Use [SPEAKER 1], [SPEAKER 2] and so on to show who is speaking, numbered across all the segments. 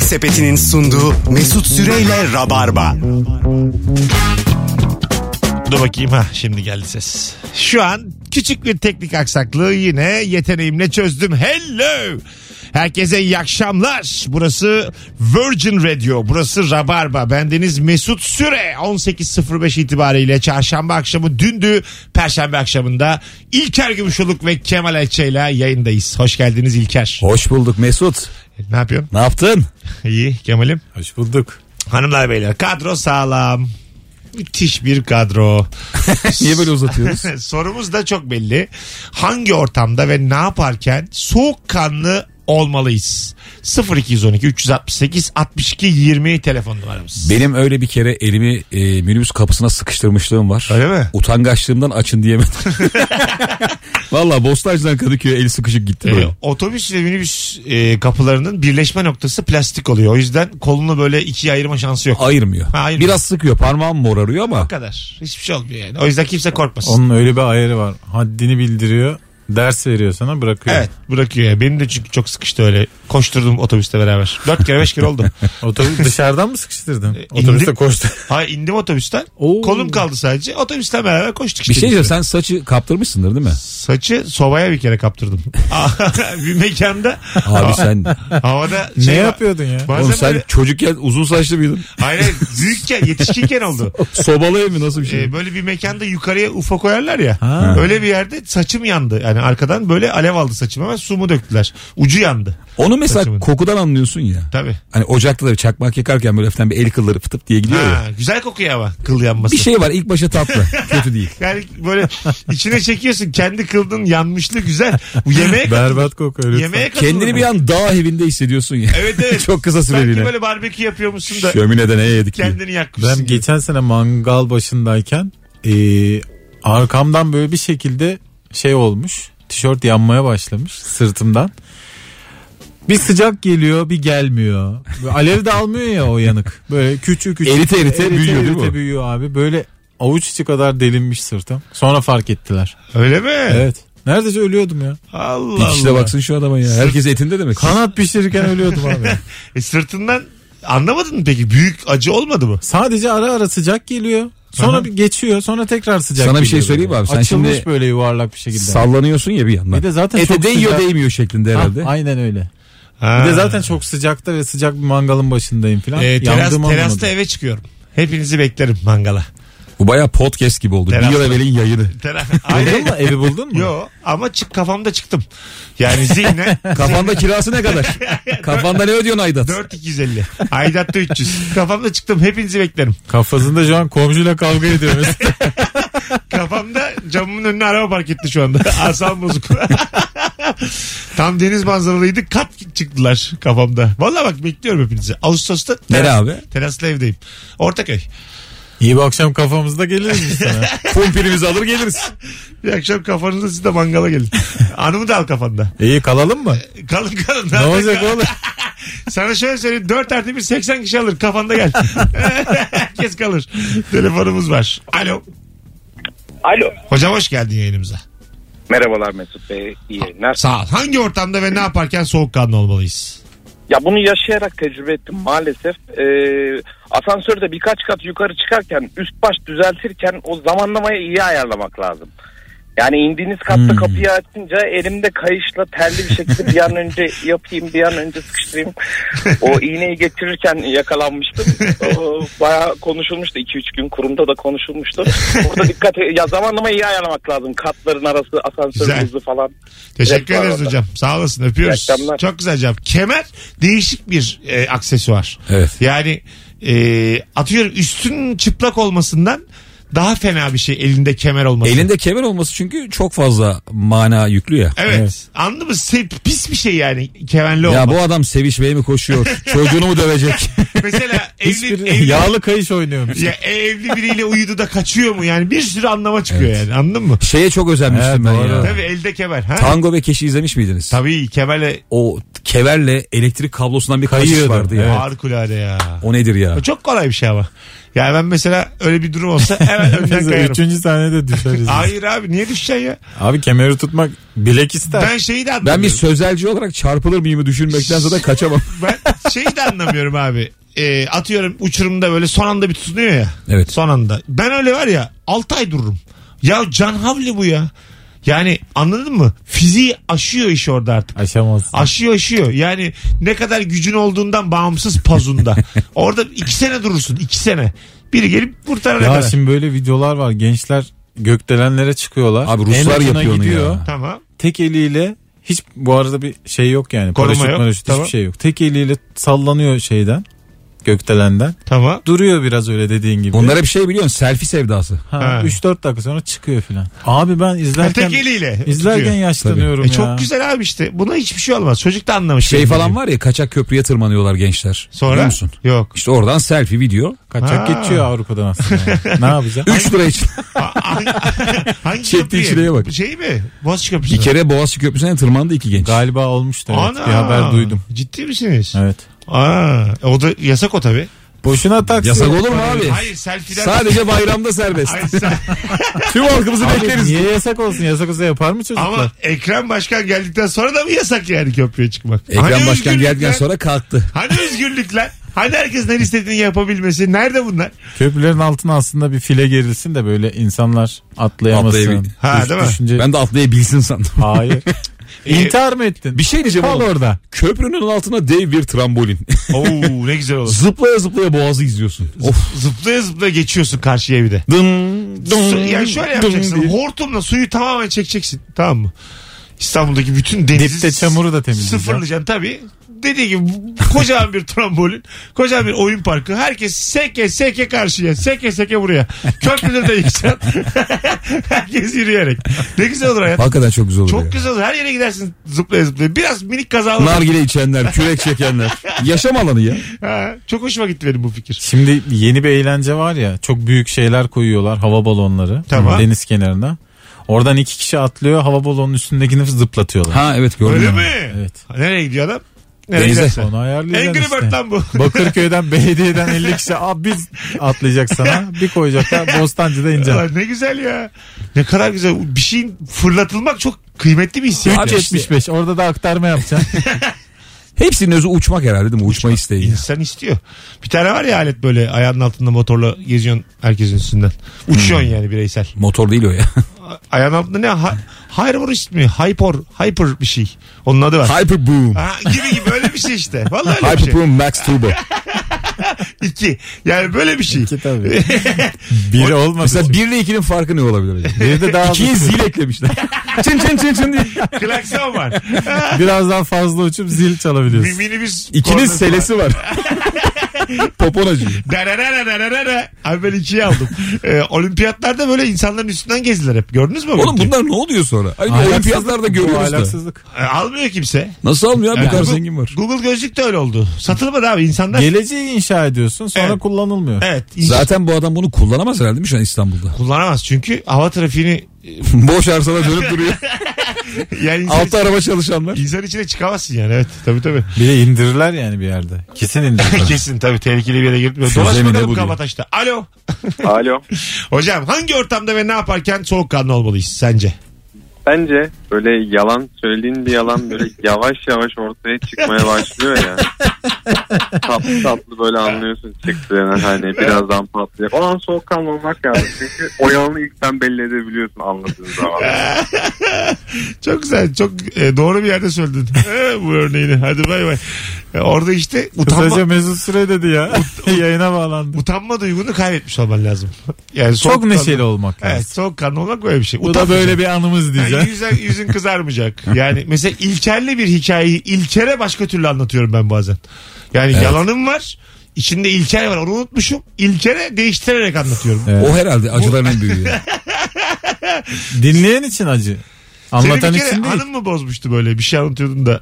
[SPEAKER 1] Sepeti'nin sunduğu Mesut Süreyle Rabarba.
[SPEAKER 2] Dur bakayım ha şimdi geldi ses. Şu an küçük bir teknik aksaklığı yine yeteneğimle çözdüm. Hello. Herkese iyi akşamlar. Burası Virgin Radio. Burası Rabarba. Bendeniz Mesut Süre. 18.05 itibariyle çarşamba akşamı dündü. Perşembe akşamında İlker Gümüşoluk ve Kemal Ayça ile yayındayız. Hoş geldiniz İlker.
[SPEAKER 3] Hoş bulduk Mesut.
[SPEAKER 2] Ne yapıyorsun?
[SPEAKER 3] Ne yaptın?
[SPEAKER 2] İyi Kemal'im.
[SPEAKER 3] Hoş bulduk.
[SPEAKER 2] Hanımlar beyler kadro sağlam. Müthiş bir kadro.
[SPEAKER 3] Niye böyle uzatıyoruz?
[SPEAKER 2] Sorumuz da çok belli. Hangi ortamda ve ne yaparken soğukkanlı olmalıyız? 0212 368 62 20 telefon numaramız.
[SPEAKER 3] Benim öyle bir kere elimi e, minibüs kapısına sıkıştırmışlığım var.
[SPEAKER 2] Öyle mi?
[SPEAKER 3] Utangaçlığımdan açın diyemedim. Valla Bostancı'dan Kadıköy'e el sıkışık gitti
[SPEAKER 2] Ee,
[SPEAKER 3] böyle.
[SPEAKER 2] otobüs ve minibüs e, kapılarının birleşme noktası plastik oluyor. O yüzden kolunu böyle ikiye ayırma şansı yok.
[SPEAKER 3] Ayırmıyor.
[SPEAKER 2] Ha, ayırmıyor.
[SPEAKER 3] Biraz sıkıyor parmağım morarıyor ama.
[SPEAKER 2] O kadar. Hiçbir şey olmuyor yani. O yüzden kimse korkmasın.
[SPEAKER 4] Onun öyle bir ayarı var. Haddini bildiriyor. Ders veriyor sana bırakıyor.
[SPEAKER 2] Evet bırakıyor ya. Benim de çünkü çok sıkıştı öyle. Koşturdum otobüste beraber. Dört kere beş kere oldum.
[SPEAKER 4] Otobüs dışarıdan mı sıkıştırdın?
[SPEAKER 3] E,
[SPEAKER 2] indim.
[SPEAKER 4] Otobüste koştu.
[SPEAKER 2] Hayır indim otobüsten.
[SPEAKER 4] Oo.
[SPEAKER 2] Kolum kaldı sadece. Otobüsten beraber koştuk işte.
[SPEAKER 3] Bir şey diyeceğim sen saçı kaptırmışsındır değil mi?
[SPEAKER 2] Saçı sobaya bir kere kaptırdım. bir mekanda
[SPEAKER 3] Abi sen
[SPEAKER 2] havada
[SPEAKER 4] ne
[SPEAKER 2] şey var.
[SPEAKER 4] yapıyordun ya?
[SPEAKER 2] Bazen
[SPEAKER 3] oğlum sen
[SPEAKER 2] böyle-
[SPEAKER 3] çocukken uzun saçlı mıydın?
[SPEAKER 2] Hayır hayır, büyükken yetişkinken oldu.
[SPEAKER 3] Sobalı ev mi nasıl bir şey?
[SPEAKER 2] Ee, böyle bir mekanda yukarıya ufa koyarlar ya.
[SPEAKER 4] Ha.
[SPEAKER 2] Öyle bir yerde saçım yandı. Yani arkadan böyle alev aldı saçıma ve su mu döktüler. Ucu yandı.
[SPEAKER 3] Onu mesela
[SPEAKER 2] saçımın.
[SPEAKER 3] kokudan anlıyorsun ya.
[SPEAKER 2] Tabii.
[SPEAKER 3] Hani ocakta da çakmak yakarken böyle hafiften bir el kılları fıtıp diye gidiyor ya.
[SPEAKER 2] Ha, güzel kokuyor ama kıl yanması.
[SPEAKER 3] Bir şey var ilk başta tatlı kötü değil.
[SPEAKER 2] Yani böyle içine çekiyorsun kendi kıldın yanmışlı güzel. Bu yemeğe
[SPEAKER 4] Berbat kokuyor. lütfen.
[SPEAKER 2] yemeğe
[SPEAKER 3] Kendini bir an dağ evinde hissediyorsun ya.
[SPEAKER 2] Evet evet.
[SPEAKER 3] Çok kısa
[SPEAKER 2] Sanki
[SPEAKER 3] süreliğine.
[SPEAKER 2] böyle barbekü yapıyormuşsun da
[SPEAKER 3] Şöminede ne yedik ki?
[SPEAKER 2] kendini yakmışsın.
[SPEAKER 4] Ben geçen sene mangal başındayken eee, arkamdan böyle bir şekilde şey olmuş. Tişört yanmaya başlamış sırtımdan. Bir sıcak geliyor bir gelmiyor. Böyle alev de almıyor ya o yanık. Böyle küçük küçük.
[SPEAKER 3] Erite erite büyüyor değil mi
[SPEAKER 4] erite
[SPEAKER 3] o?
[SPEAKER 4] büyüyor abi. Böyle avuç içi kadar delinmiş sırtım. Sonra fark ettiler.
[SPEAKER 2] Öyle mi?
[SPEAKER 4] Evet. Neredeyse ölüyordum ya.
[SPEAKER 2] Allah
[SPEAKER 3] Bir işte
[SPEAKER 2] Allah.
[SPEAKER 3] baksın şu adama ya. Herkes etinde demek.
[SPEAKER 4] Kanat pişirirken ölüyordum abi.
[SPEAKER 2] E sırtından anlamadın mı peki? Büyük acı olmadı mı?
[SPEAKER 4] Sadece ara ara sıcak geliyor. Sonra
[SPEAKER 2] Aha.
[SPEAKER 4] bir geçiyor. Sonra tekrar sıcak
[SPEAKER 3] Sana bir şey
[SPEAKER 4] geliyor
[SPEAKER 3] söyleyeyim
[SPEAKER 4] böyle.
[SPEAKER 3] abi, sen
[SPEAKER 4] Açılmış
[SPEAKER 3] şimdi
[SPEAKER 4] böyle yuvarlak bir şekilde.
[SPEAKER 3] Sallanıyorsun ya bir yandan.
[SPEAKER 4] Bir E de zaten
[SPEAKER 3] Ete
[SPEAKER 4] çok
[SPEAKER 3] değiyor
[SPEAKER 4] sıcak-
[SPEAKER 3] değmiyor şeklinde
[SPEAKER 4] Ha,
[SPEAKER 3] herhalde.
[SPEAKER 4] aynen öyle.
[SPEAKER 2] Ha.
[SPEAKER 4] Bir de zaten çok sıcakta ve sıcak bir mangalın başındayım
[SPEAKER 2] E,
[SPEAKER 4] falan.
[SPEAKER 2] teras,
[SPEAKER 4] Yandığımı
[SPEAKER 2] terasta
[SPEAKER 4] anlamadım.
[SPEAKER 2] eve çıkıyorum. Hepinizi beklerim mangala.
[SPEAKER 3] Bu baya podcast gibi oldu.
[SPEAKER 2] Teras-
[SPEAKER 3] Bir yıl evvelin yayını.
[SPEAKER 2] Teras.
[SPEAKER 4] Buldun mu? Evi buldun mu?
[SPEAKER 2] Yo ama çık kafamda çıktım. Yani zihne
[SPEAKER 3] Kafanda kirası ne kadar? Kafanda ne ödüyorsun Aydat?
[SPEAKER 2] 4250. Aydatta 300. Kafamda çıktım. Hepinizi beklerim.
[SPEAKER 4] Kafasında şu an komşuyla kavga ediyor. mesela.
[SPEAKER 2] Kafamda camımın önüne araba park etti şu anda. Asam bozuk. Tam deniz manzaralıydı. Kat çıktılar kafamda. Valla bak bekliyorum hepinizi. Ağustos'ta
[SPEAKER 3] Nere
[SPEAKER 2] teras-
[SPEAKER 3] abi?
[SPEAKER 2] teraslı evdeyim. Ortaköy.
[SPEAKER 4] İyi bir akşam kafamızda geliriz biz sana.
[SPEAKER 3] Kumpirimizi alır geliriz.
[SPEAKER 2] Bir akşam kafanızda siz de mangala gelin. Anımı da al kafanda.
[SPEAKER 4] İyi kalalım mı?
[SPEAKER 2] Kalın kalın.
[SPEAKER 4] ne olacak oğlum?
[SPEAKER 2] Sana şöyle söyleyeyim. 4 artı 1 80 kişi alır. Kafanda gel. Herkes kalır. Telefonumuz var. Alo.
[SPEAKER 5] Alo.
[SPEAKER 2] Hocam hoş geldin yayınımıza.
[SPEAKER 5] Merhabalar Mesut Bey. İyi yayınlar.
[SPEAKER 2] Sağ ol. Hangi ortamda ve ne yaparken soğukkanlı olmalıyız?
[SPEAKER 5] Ya bunu yaşayarak tecrübe ettim maalesef. Ee, asansörde birkaç kat yukarı çıkarken üst baş düzeltirken o zamanlamayı iyi ayarlamak lazım. Yani indiğiniz katta kapıyı açınca elimde kayışla terli bir şekilde bir an önce yapayım bir an önce sıkıştırayım. O iğneyi getirirken yakalanmıştım. O, bayağı konuşulmuştu. 2-3 gün kurumda da konuşulmuştu. Orada dikkat ya zamanlamayı iyi ayarlamak lazım. Katların arası asansörün
[SPEAKER 2] Güzel.
[SPEAKER 5] hızı falan.
[SPEAKER 2] Teşekkür
[SPEAKER 5] Direkt var
[SPEAKER 2] ederiz
[SPEAKER 5] orada.
[SPEAKER 2] hocam. Sağ olasın. Öpüyoruz.
[SPEAKER 5] İyi akşamlar.
[SPEAKER 2] Çok güzel cevap. Kemer değişik bir e, aksesuar.
[SPEAKER 3] Evet.
[SPEAKER 2] Yani e, atıyorum üstün çıplak olmasından daha fena bir şey elinde kemer olması.
[SPEAKER 3] Elinde kemer olması çünkü çok fazla mana yüklü ya.
[SPEAKER 2] Evet. Anladın mı? Se- pis bir şey yani kemerli
[SPEAKER 3] Ya
[SPEAKER 2] olmak.
[SPEAKER 3] bu adam sevişmeye mi koşuyor? Çocuğunu mu dövecek?
[SPEAKER 2] Mesela evli,
[SPEAKER 4] Hiçbir
[SPEAKER 2] evli,
[SPEAKER 4] yağlı kayış oynuyormuş.
[SPEAKER 2] ya evli biriyle uyudu da kaçıyor mu? Yani bir sürü anlama çıkıyor yani anladın mı?
[SPEAKER 3] Şeye çok özenmiştim
[SPEAKER 4] Evet,
[SPEAKER 3] ben
[SPEAKER 4] doğru.
[SPEAKER 3] ya.
[SPEAKER 2] Tabii elde kemer. Ha?
[SPEAKER 3] Tango ve Keş'i izlemiş miydiniz?
[SPEAKER 2] Tabii kemerle
[SPEAKER 3] O keverle elektrik kablosundan bir kaçış
[SPEAKER 4] Kayıyordu.
[SPEAKER 3] vardı ya.
[SPEAKER 4] Evet.
[SPEAKER 2] harikulade ya.
[SPEAKER 3] O nedir ya?
[SPEAKER 2] Çok kolay bir şey ama. Yani ben mesela öyle bir durum olsa hemen önden
[SPEAKER 4] Neyse,
[SPEAKER 2] kayarım.
[SPEAKER 4] Üçüncü sahnede düşeriz.
[SPEAKER 2] Hayır abi niye düşeceksin ya?
[SPEAKER 4] Abi kemeri tutmak bilek ister.
[SPEAKER 2] Ben şeyi de
[SPEAKER 3] Ben
[SPEAKER 2] anlamıyorum.
[SPEAKER 3] bir sözelci olarak çarpılır mıyımı düşünmekten zaten kaçamam.
[SPEAKER 2] Ben şeyi de anlamıyorum abi. Ee, atıyorum uçurumda böyle son anda bir tutunuyor ya.
[SPEAKER 3] Evet.
[SPEAKER 2] Son anda. Ben öyle var ya 6 ay dururum. Ya can havli bu ya. Yani anladın mı? Fiziği aşıyor iş orada artık.
[SPEAKER 4] Aşamazsın.
[SPEAKER 2] Aşıyor aşıyor. Yani ne kadar gücün olduğundan bağımsız pazunda. Orada iki sene durursun. iki sene. Biri gelip kurtarana
[SPEAKER 4] ya
[SPEAKER 2] kadar.
[SPEAKER 4] şimdi böyle videolar var. Gençler gökdelenlere çıkıyorlar.
[SPEAKER 3] Abi Ruslar
[SPEAKER 4] En ucuna
[SPEAKER 3] yapıyor onu
[SPEAKER 4] gidiyor.
[SPEAKER 3] ya.
[SPEAKER 2] Tamam.
[SPEAKER 4] Tek eliyle hiç bu arada bir şey yok yani.
[SPEAKER 2] Koruma
[SPEAKER 4] paraşüt,
[SPEAKER 2] yok.
[SPEAKER 4] maraşüt
[SPEAKER 2] Tamam.
[SPEAKER 4] hiçbir şey yok. Tek eliyle sallanıyor şeyden. Gökdelenden.
[SPEAKER 2] Tamam.
[SPEAKER 4] Duruyor biraz öyle dediğin gibi.
[SPEAKER 3] Onlara bir şey biliyorsun selfie sevdası.
[SPEAKER 4] Ha,
[SPEAKER 2] Ha.
[SPEAKER 4] 3-4 dakika sonra çıkıyor filan. Abi ben izlerken
[SPEAKER 2] Tek eliyle.
[SPEAKER 4] izlerken
[SPEAKER 2] tutuyor.
[SPEAKER 4] yaşlanıyorum
[SPEAKER 2] E
[SPEAKER 4] ya.
[SPEAKER 2] çok güzel abi işte. Buna hiçbir şey olmaz. Çocuk da anlamış.
[SPEAKER 3] Şey falan var ya kaçak köprüye tırmanıyorlar gençler. Biliyor
[SPEAKER 2] Sonra?
[SPEAKER 3] musun?
[SPEAKER 2] Yok.
[SPEAKER 3] İşte oradan selfie video.
[SPEAKER 4] Kaçak
[SPEAKER 2] Ha.
[SPEAKER 4] geçiyor Avrupa'dan aslında. yani. ne yapacağım?
[SPEAKER 3] 3 lira için.
[SPEAKER 2] Hangi
[SPEAKER 3] Çektiği
[SPEAKER 2] köprüye?
[SPEAKER 3] çileye bak.
[SPEAKER 2] Şey mi? Boğaziçi Köprüsü.
[SPEAKER 3] Bir kere Boğaziçi Köprüsü'ne tırmandı iki genç.
[SPEAKER 4] Galiba olmuştu evet. Bir haber duydum.
[SPEAKER 2] Ciddi misiniz?
[SPEAKER 4] Evet.
[SPEAKER 2] Aa, o da yasak o tabii.
[SPEAKER 4] Boşuna taksi.
[SPEAKER 3] Yasak olur mu abi?
[SPEAKER 2] Hayır selfie'den...
[SPEAKER 3] Sadece bayramda serbest.
[SPEAKER 2] Hayır, sen-
[SPEAKER 3] Tüm halkımızı
[SPEAKER 4] Abi
[SPEAKER 3] bekleriz.
[SPEAKER 4] niye yasak olsun? Yasak olsa yapar mı çocuklar?
[SPEAKER 2] Ama Ekrem Başkan geldikten sonra da mı yasak yani köprüye çıkmak? Hani
[SPEAKER 3] Ekrem Başkan
[SPEAKER 2] özgürlükler?
[SPEAKER 3] geldikten sonra kalktı.
[SPEAKER 2] Hani özgürlükler? Hani herkesin her istediğini yapabilmesi? Nerede bunlar?
[SPEAKER 4] Köprülerin altına aslında bir file gerilsin de böyle insanlar atlayamasın.
[SPEAKER 3] Atlayabil-
[SPEAKER 2] Ha, değil mi?
[SPEAKER 4] Düşünce...
[SPEAKER 3] Ben de atlayabilsin sandım.
[SPEAKER 4] Hayır. İntihar mı ettin?
[SPEAKER 3] Bir şey diyeceğim
[SPEAKER 4] Kal
[SPEAKER 3] oğlum.
[SPEAKER 4] orada.
[SPEAKER 3] Köprünün altına dev bir trambolin.
[SPEAKER 2] Oo ne güzel olur.
[SPEAKER 3] zıplaya zıplaya boğazı izliyorsun. Of.
[SPEAKER 2] Zıplaya zıplaya geçiyorsun karşı evde.
[SPEAKER 3] Dın,
[SPEAKER 2] Su, yani şöyle yapacaksın. Hortumla suyu tamamen çekeceksin. Tamam mı? İstanbul'daki bütün denizi
[SPEAKER 4] Dipte çamuru da temizleyeceğim.
[SPEAKER 2] sıfırlayacaksın tabii. Dediği gibi bu- kocaman bir trambolin, kocaman bir oyun parkı. Herkes seke seke karşıya, seke seke buraya. Köprüleri de yıkacaksın. Herkes yürüyerek. Ne güzel olur hayat.
[SPEAKER 3] Hakikaten çok güzel oluyor.
[SPEAKER 2] Çok güzel olur. Her yere gidersin zıplaya zıplaya. Biraz minik kaza olur.
[SPEAKER 3] Nargile içenler, kürek çekenler. Yaşam alanı ya.
[SPEAKER 2] Ha, çok hoşuma gitti benim bu fikir.
[SPEAKER 4] Şimdi yeni bir eğlence var ya çok büyük şeyler koyuyorlar hava balonları
[SPEAKER 2] Tamam.
[SPEAKER 4] deniz kenarına. Oradan iki kişi atlıyor hava balonunun üstündekini zıplatıyorlar.
[SPEAKER 3] Ha evet gördüm.
[SPEAKER 2] Öyle
[SPEAKER 3] ya.
[SPEAKER 2] mi?
[SPEAKER 4] Evet.
[SPEAKER 2] Nereye gidiyor adam? Nereye
[SPEAKER 3] Denize.
[SPEAKER 2] giderse.
[SPEAKER 4] Onu ayarlayacaksın
[SPEAKER 2] Angry Bird
[SPEAKER 4] işte.
[SPEAKER 2] lan bu.
[SPEAKER 4] Bakırköy'den belediyeden 50 kişi "Aa, biz atlayacak sana bir koyacaklar Bostancı'da ineceksin.
[SPEAKER 2] Aa, ne güzel ya. Ne kadar güzel. Bir şeyin fırlatılmak çok kıymetli bir hissiyat.
[SPEAKER 3] Abi
[SPEAKER 2] ya.
[SPEAKER 3] işte
[SPEAKER 4] 75 orada da aktarma yapacaksın.
[SPEAKER 3] Hepsinin özü uçmak herhalde değil mi? Uçma isteği.
[SPEAKER 2] İnsan istiyor. Bir tane var ya alet böyle ayağının altında motorla geziyorsun herkesin üstünden. Uçuyorsun
[SPEAKER 3] Hmm.
[SPEAKER 2] yani bireysel.
[SPEAKER 3] Motor değil o ya.
[SPEAKER 2] A- Ayağın altında ne? Ha, hyper ismi. Hyper, hyper bir şey. Onun adı var.
[SPEAKER 3] Hyper Boom.
[SPEAKER 2] Ha, gibi gibi öyle bir şey işte. Vallahi öyle bir
[SPEAKER 3] Hyper
[SPEAKER 2] şey.
[SPEAKER 3] Boom Max Turbo.
[SPEAKER 2] İki. Yani böyle bir şey.
[SPEAKER 4] İki tabii. Biri olmasa
[SPEAKER 3] Mesela 1 ile 2'nin farkı ne olabilir acaba?
[SPEAKER 4] Biri de daha
[SPEAKER 3] 2'yi zil eklemişler. çın çın çın çın diye.
[SPEAKER 2] Klakson var.
[SPEAKER 4] biraz daha fazla uçup zil
[SPEAKER 2] Bir
[SPEAKER 4] çalabiliyorsun.
[SPEAKER 2] minibüs.
[SPEAKER 3] İkinin
[SPEAKER 2] kornası var.
[SPEAKER 3] selesi var. Popon acıyor.
[SPEAKER 2] Darararararara. Abi ben ikiye aldım. Ee, olimpiyatlarda böyle insanların üstünden gezdiler hep. Gördünüz mü? Ee, o
[SPEAKER 3] Oğlum
[SPEAKER 2] görüntüyü?
[SPEAKER 3] bunlar ne oluyor sonra? Hani
[SPEAKER 4] Ahlaksızlık
[SPEAKER 3] olimpiyatlarda
[SPEAKER 4] bu,
[SPEAKER 3] görüyoruz da.
[SPEAKER 4] ahlaksızlık.
[SPEAKER 2] Ee, almıyor kimse.
[SPEAKER 3] Nasıl almıyor abi? Bu
[SPEAKER 2] Yani
[SPEAKER 3] kadar
[SPEAKER 2] Google-
[SPEAKER 3] zengin var.
[SPEAKER 2] Google gözlük de öyle oldu. Satılmadı abi insanlar.
[SPEAKER 4] Geleceği inşa ediyorsun sonra
[SPEAKER 2] Evet.
[SPEAKER 4] kullanılmıyor.
[SPEAKER 2] evet. insan
[SPEAKER 3] Zaten bu adam bunu kullanamaz herhalde değil mi şu an İstanbul'da?
[SPEAKER 2] kullanamaz çünkü hava trafiğini
[SPEAKER 3] Boş arsada dönüp duruyor.
[SPEAKER 2] yani insan,
[SPEAKER 3] Altı araba çalışanlar.
[SPEAKER 2] insan içine çıkamazsın yani evet tabii tabii.
[SPEAKER 4] Bir de indirirler yani bir yerde. Kesin indirirler.
[SPEAKER 2] Kesin tabii tehlikeli bir yere girmiyor.
[SPEAKER 3] Füze
[SPEAKER 2] Dolaş
[SPEAKER 3] mi ne
[SPEAKER 2] bakalım
[SPEAKER 3] bu diyor.
[SPEAKER 2] Kabataş'ta. Alo.
[SPEAKER 5] Alo.
[SPEAKER 2] Hocam hangi ortamda ve ne yaparken soğukkanlı olmalıyız sence?
[SPEAKER 5] Bence böyle yalan söylediğin bir yalan böyle yavaş yavaş ortaya çıkmaya başlıyor ya. tatlı tatlı böyle anlıyorsun çıktığını hani birazdan patlayacak. O an soğukkanlı olmak lazım. Çünkü o yalanı ilk sen belli edebiliyorsun anladığın zaman.
[SPEAKER 2] Çok güzel çok e, doğru bir yerde söyledin E, bu örneğini hadi bay bay. E, orada işte
[SPEAKER 4] Kısaca
[SPEAKER 2] utanma,
[SPEAKER 4] Mesut Süre dedi ya. Yayına bağlandı.
[SPEAKER 2] utanma duygunu kaybetmiş olman lazım. Yani
[SPEAKER 4] Çok
[SPEAKER 2] soğukkanlı-
[SPEAKER 4] neşeli olmak lazım.
[SPEAKER 2] Evet soğukkanlı olmak böyle bir şey.
[SPEAKER 4] Bu da böyle bir anımız
[SPEAKER 2] Yani
[SPEAKER 4] diyeceğim.
[SPEAKER 2] yüzün, Hani yüzün kızarmayacak. Yani mesela İlker'le bir hikayeyi İlker'e başka türlü anlatıyorum ben bazen. Yani yalanım var. İçinde İlker var onu unutmuşum. İlker'e değiştirerek anlatıyorum.
[SPEAKER 4] Evet.
[SPEAKER 3] O herhalde acıların en büyüğü. ya.
[SPEAKER 4] Dinleyen için acı.
[SPEAKER 2] Seni
[SPEAKER 4] Anlatan
[SPEAKER 2] bir kere
[SPEAKER 4] için değil.
[SPEAKER 2] hanım mı bozmuştu böyle bir şey anlatıyordun da.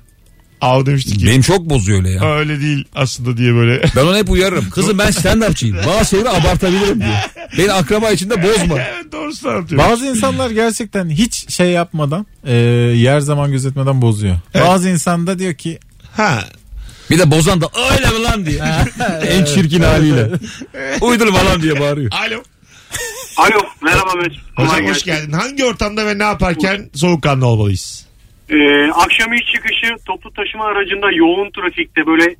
[SPEAKER 2] Av demişti ki.
[SPEAKER 3] Benim çok bozuyor öyle
[SPEAKER 2] "Aa,
[SPEAKER 3] ya.
[SPEAKER 2] Öyle değil aslında diye böyle.
[SPEAKER 3] Ben ona hep uyarırım. Kızım ben stand-upçıyım. Bazı şeyleri abartabilirim diye. Beni akraba içinde bozma.
[SPEAKER 2] evet doğrusunu anlatıyorum.
[SPEAKER 4] Bazı insanlar gerçekten hiç şey yapmadan e, yer zaman gözetmeden bozuyor. Bazı insan da diyor ki
[SPEAKER 2] Ha.
[SPEAKER 3] Bir de bozan da öyle mi lan diye. en çirkin haliyle. Uydurma lan diye bağırıyor.
[SPEAKER 2] Alo.
[SPEAKER 6] Alo merhaba Mesut. Kolay
[SPEAKER 2] Hocam hoş
[SPEAKER 6] gelsin.
[SPEAKER 2] geldin. Hangi ortamda ve ne yaparken soğukkanlı olmalıyız?
[SPEAKER 6] Ee, akşam iş çıkışı toplu taşıma aracında yoğun trafikte böyle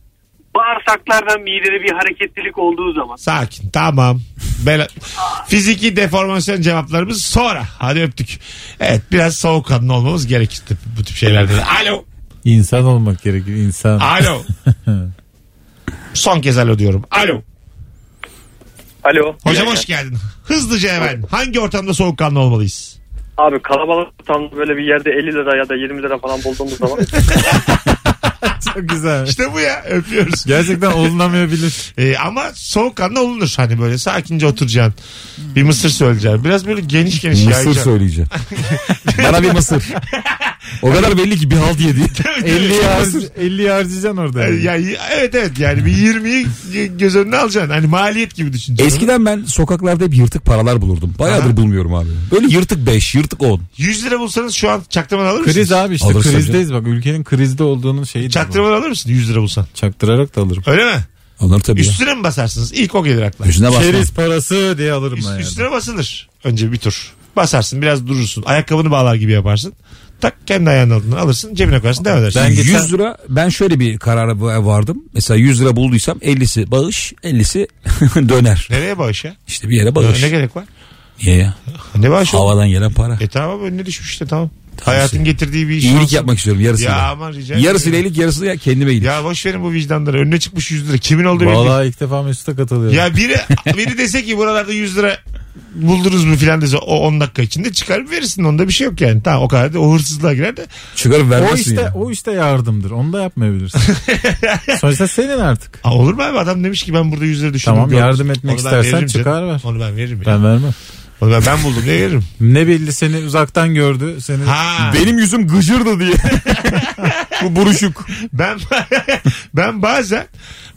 [SPEAKER 6] bağırsaklardan midede bir hareketlilik olduğu zaman.
[SPEAKER 2] Sakin tamam. Bela... Fiziki deformasyon cevaplarımız sonra. Hadi öptük. Evet biraz soğukkanlı olmamız gerekir tabii bu tip şeylerde. de. Alo.
[SPEAKER 4] İnsan olmak gerekir insan.
[SPEAKER 2] Alo. Son kez alo diyorum. Alo.
[SPEAKER 5] Alo.
[SPEAKER 2] Hocam hoş geldin. Hızlıca hemen hangi ortamda soğukkanlı olmalıyız?
[SPEAKER 7] Abi kalabalık tam böyle bir yerde 50 lira ya da 20 lira falan bulduğumuz zaman
[SPEAKER 4] Çok güzel.
[SPEAKER 2] İşte bu ya öpüyoruz.
[SPEAKER 4] Gerçekten olunamayabilir.
[SPEAKER 2] Ee, ama soğukkanlı olunur hani böyle sakince oturacaksın. Bir mısır söyleyeceksin. Biraz böyle geniş geniş
[SPEAKER 3] Mısır
[SPEAKER 2] yayacaksın.
[SPEAKER 3] söyleyeceğim. Bana bir mısır. O kadar belli ki bir halt yedi.
[SPEAKER 4] 50'yi har- 50'yi harcayacaksın orada.
[SPEAKER 2] Yani, yani, Ee, evet evet yani bir 20'yi gö- göz önüne alacaksın. Hani maliyet gibi düşüneceksin.
[SPEAKER 3] Eskiden ben sokaklarda hep yırtık paralar bulurdum. Bayağıdır bulmuyorum abi. Böyle yırtık 5, yırtık 10.
[SPEAKER 2] 100 lira bulsanız şu an çaktırmadan alır mısınız?
[SPEAKER 4] Kriz abi işte
[SPEAKER 3] Alırsın
[SPEAKER 4] krizdeyiz bak ülkenin krizde olduğunun şeyi. de bu.
[SPEAKER 2] Çaktırmadan alır mısın 100 lira bulsan?
[SPEAKER 4] Çaktırarak da alırım.
[SPEAKER 2] Öyle mi?
[SPEAKER 3] Alır tabii ya.
[SPEAKER 2] Üstüne mi basarsınız? İlk o gelir akla.
[SPEAKER 3] Üstüne basma.
[SPEAKER 4] Keriz parası diye alırım
[SPEAKER 2] Üst-
[SPEAKER 4] ben yani.
[SPEAKER 2] üstüne basılır. Önce bir tur. Basarsın biraz durursun. Ayakkabını bağlar gibi yaparsın. Tak kendi ayağının altına alırsın cebine koyarsın devam edersin.
[SPEAKER 4] Ben geçen-
[SPEAKER 3] 100 lira ben şöyle bir karara vardım. Mesela 100 lira bulduysam 50'si bağış 50'si döner.
[SPEAKER 2] Nereye bağış ya?
[SPEAKER 3] İşte bir yere bağış.
[SPEAKER 2] Ne gerek var?
[SPEAKER 3] Niye ya?
[SPEAKER 2] Ne bağış o?
[SPEAKER 3] Havadan gelen para.
[SPEAKER 2] E tamam önüne düşmüş işte tamam. Hayatın getirdiği bir iş.
[SPEAKER 3] İyilik
[SPEAKER 2] olsun.
[SPEAKER 3] yapmak istiyorum yarısıyla.
[SPEAKER 2] Ya aman rica ederim.
[SPEAKER 3] yarısıyla iyilik yarısıyla kendime iyilik.
[SPEAKER 2] Ya boş verin bu vicdanları. Önüne çıkmış 100 lira. Kimin olduğu belli değil.
[SPEAKER 4] Vallahi ilk defa Mesut'a katılıyorum.
[SPEAKER 2] Ya biri, biri dese ki buralarda 100 lira buldunuz mu filan dese o 10 dakika içinde çıkarıp verirsin. Onda bir şey yok yani. Tamam o kadar da o hırsızlığa girer de.
[SPEAKER 3] Çıkarıp
[SPEAKER 4] o
[SPEAKER 3] vermezsin
[SPEAKER 4] işte
[SPEAKER 3] ya.
[SPEAKER 4] o işte yardımdır. Onu da yapmayabilirsin. Sonuçta senin artık.
[SPEAKER 2] Aa, olur mu abi adam demiş ki ben burada 100 lira düşündüm.
[SPEAKER 4] Tamam,
[SPEAKER 2] gördüm.
[SPEAKER 4] yardım etmek
[SPEAKER 2] Onu ben
[SPEAKER 4] istersen
[SPEAKER 2] veririm
[SPEAKER 4] çıkar
[SPEAKER 2] canım.
[SPEAKER 4] ver.
[SPEAKER 2] Onu ben veririm. ya.
[SPEAKER 4] Ben vermem.
[SPEAKER 2] Onu ben, ben buldum diye veririm.
[SPEAKER 4] Ne belli seni uzaktan gördü. Seni
[SPEAKER 2] Ha.
[SPEAKER 3] Benim yüzüm gıcırdı diye. Bu buruşuk.
[SPEAKER 2] Ben ben bazen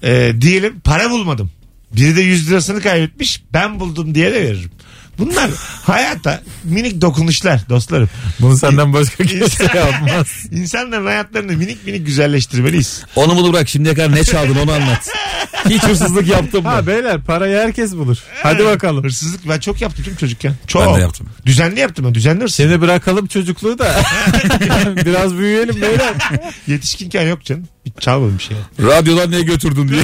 [SPEAKER 2] e, diyelim para bulmadım. Biri de 100 lirasını kaybetmiş. Ben buldum diye de veririm. Bunlar hayata minik dokunuşlar dostlarım.
[SPEAKER 4] bunu senden başka kimse yapmaz.
[SPEAKER 2] İnsanların hayatlarını minik minik güzelleştirmeliyiz.
[SPEAKER 3] Onu bunu bırak şimdiye kadar ne çaldın onu anlat. Hiç hırsızlık yaptın mı?
[SPEAKER 4] Ha beyler parayı herkes bulur. Hadi bakalım.
[SPEAKER 2] Hırsızlık ben çok yaptım tüm çocukken. Çok.
[SPEAKER 3] Ben de yaptım.
[SPEAKER 2] Düzenli yaptım ben. Düzenli hırsızlık.
[SPEAKER 4] Seni bırakalım çocukluğu da biraz büyüyelim beyler.
[SPEAKER 2] Yetişkinken yok canım. Hiç çalmadım bir şey.
[SPEAKER 3] Radyodan niye götürdün diye.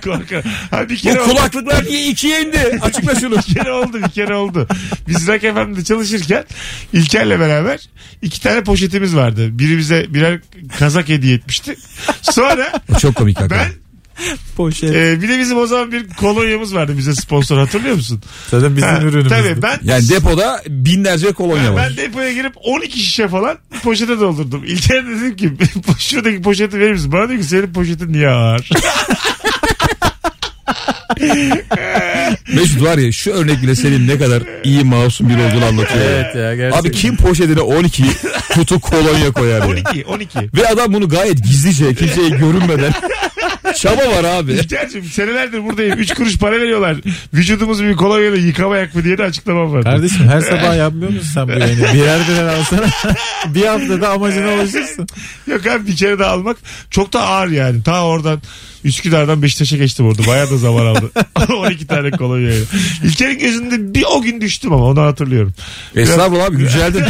[SPEAKER 2] Korku. Ha bir
[SPEAKER 3] Bu
[SPEAKER 2] kere oldu.
[SPEAKER 3] kulaklıklar niye ikiye indi? Açıkla şunu.
[SPEAKER 2] Bir kere oldu bir kere oldu. Biz Rock FM'de çalışırken İlker'le beraber iki tane poşetimiz vardı. Biri bize birer kazak hediye etmişti. Sonra
[SPEAKER 3] Çok komik
[SPEAKER 2] ben
[SPEAKER 3] hakikaten.
[SPEAKER 4] Poşet.
[SPEAKER 2] e, bir de bizim o zaman bir kolonyamız vardı bize sponsor hatırlıyor musun?
[SPEAKER 4] Zaten bizim
[SPEAKER 2] Ha,
[SPEAKER 4] ürünümüz.
[SPEAKER 2] Tabii ben
[SPEAKER 3] Yani depoda binlerce kolonya var.
[SPEAKER 2] ben depoya girip 12 şişe falan poşete doldurdum. İlker dedim ki şuradaki poşeti verir misin? Bana diyor ki senin poşetin niye ağır?
[SPEAKER 3] Mesut var ya şu örnek bile senin ne kadar iyi masum bir olduğunu anlatıyor.
[SPEAKER 4] Evet ya gerçekten.
[SPEAKER 3] Abi kim poşetine 12 kutu kolonya koyar ya?
[SPEAKER 2] 12 12.
[SPEAKER 3] Ve adam bunu gayet gizlice kimseye görünmeden çaba var abi.
[SPEAKER 2] İlker'cim senelerdir buradayım. 3 kuruş para veriyorlar. Vücudumuzu bir kolonyayla yıkamayak mı diye de açıklamam var.
[SPEAKER 4] Kardeşim her sabah yapmıyor musun sen bu yayını? Birer birer alsana. bir haftada amacına ulaşırsın.
[SPEAKER 2] Yok abi bir kere de almak çok da ağır yani. Ta oradan Üsküdar'dan Beşiktaş'a geçtim orada. Bayağı da zaman aldı. 12 tane kolonya. İlker'in gözünde bir o gün düştüm ama onu hatırlıyorum.
[SPEAKER 3] Estağfurullah abi yüceldin.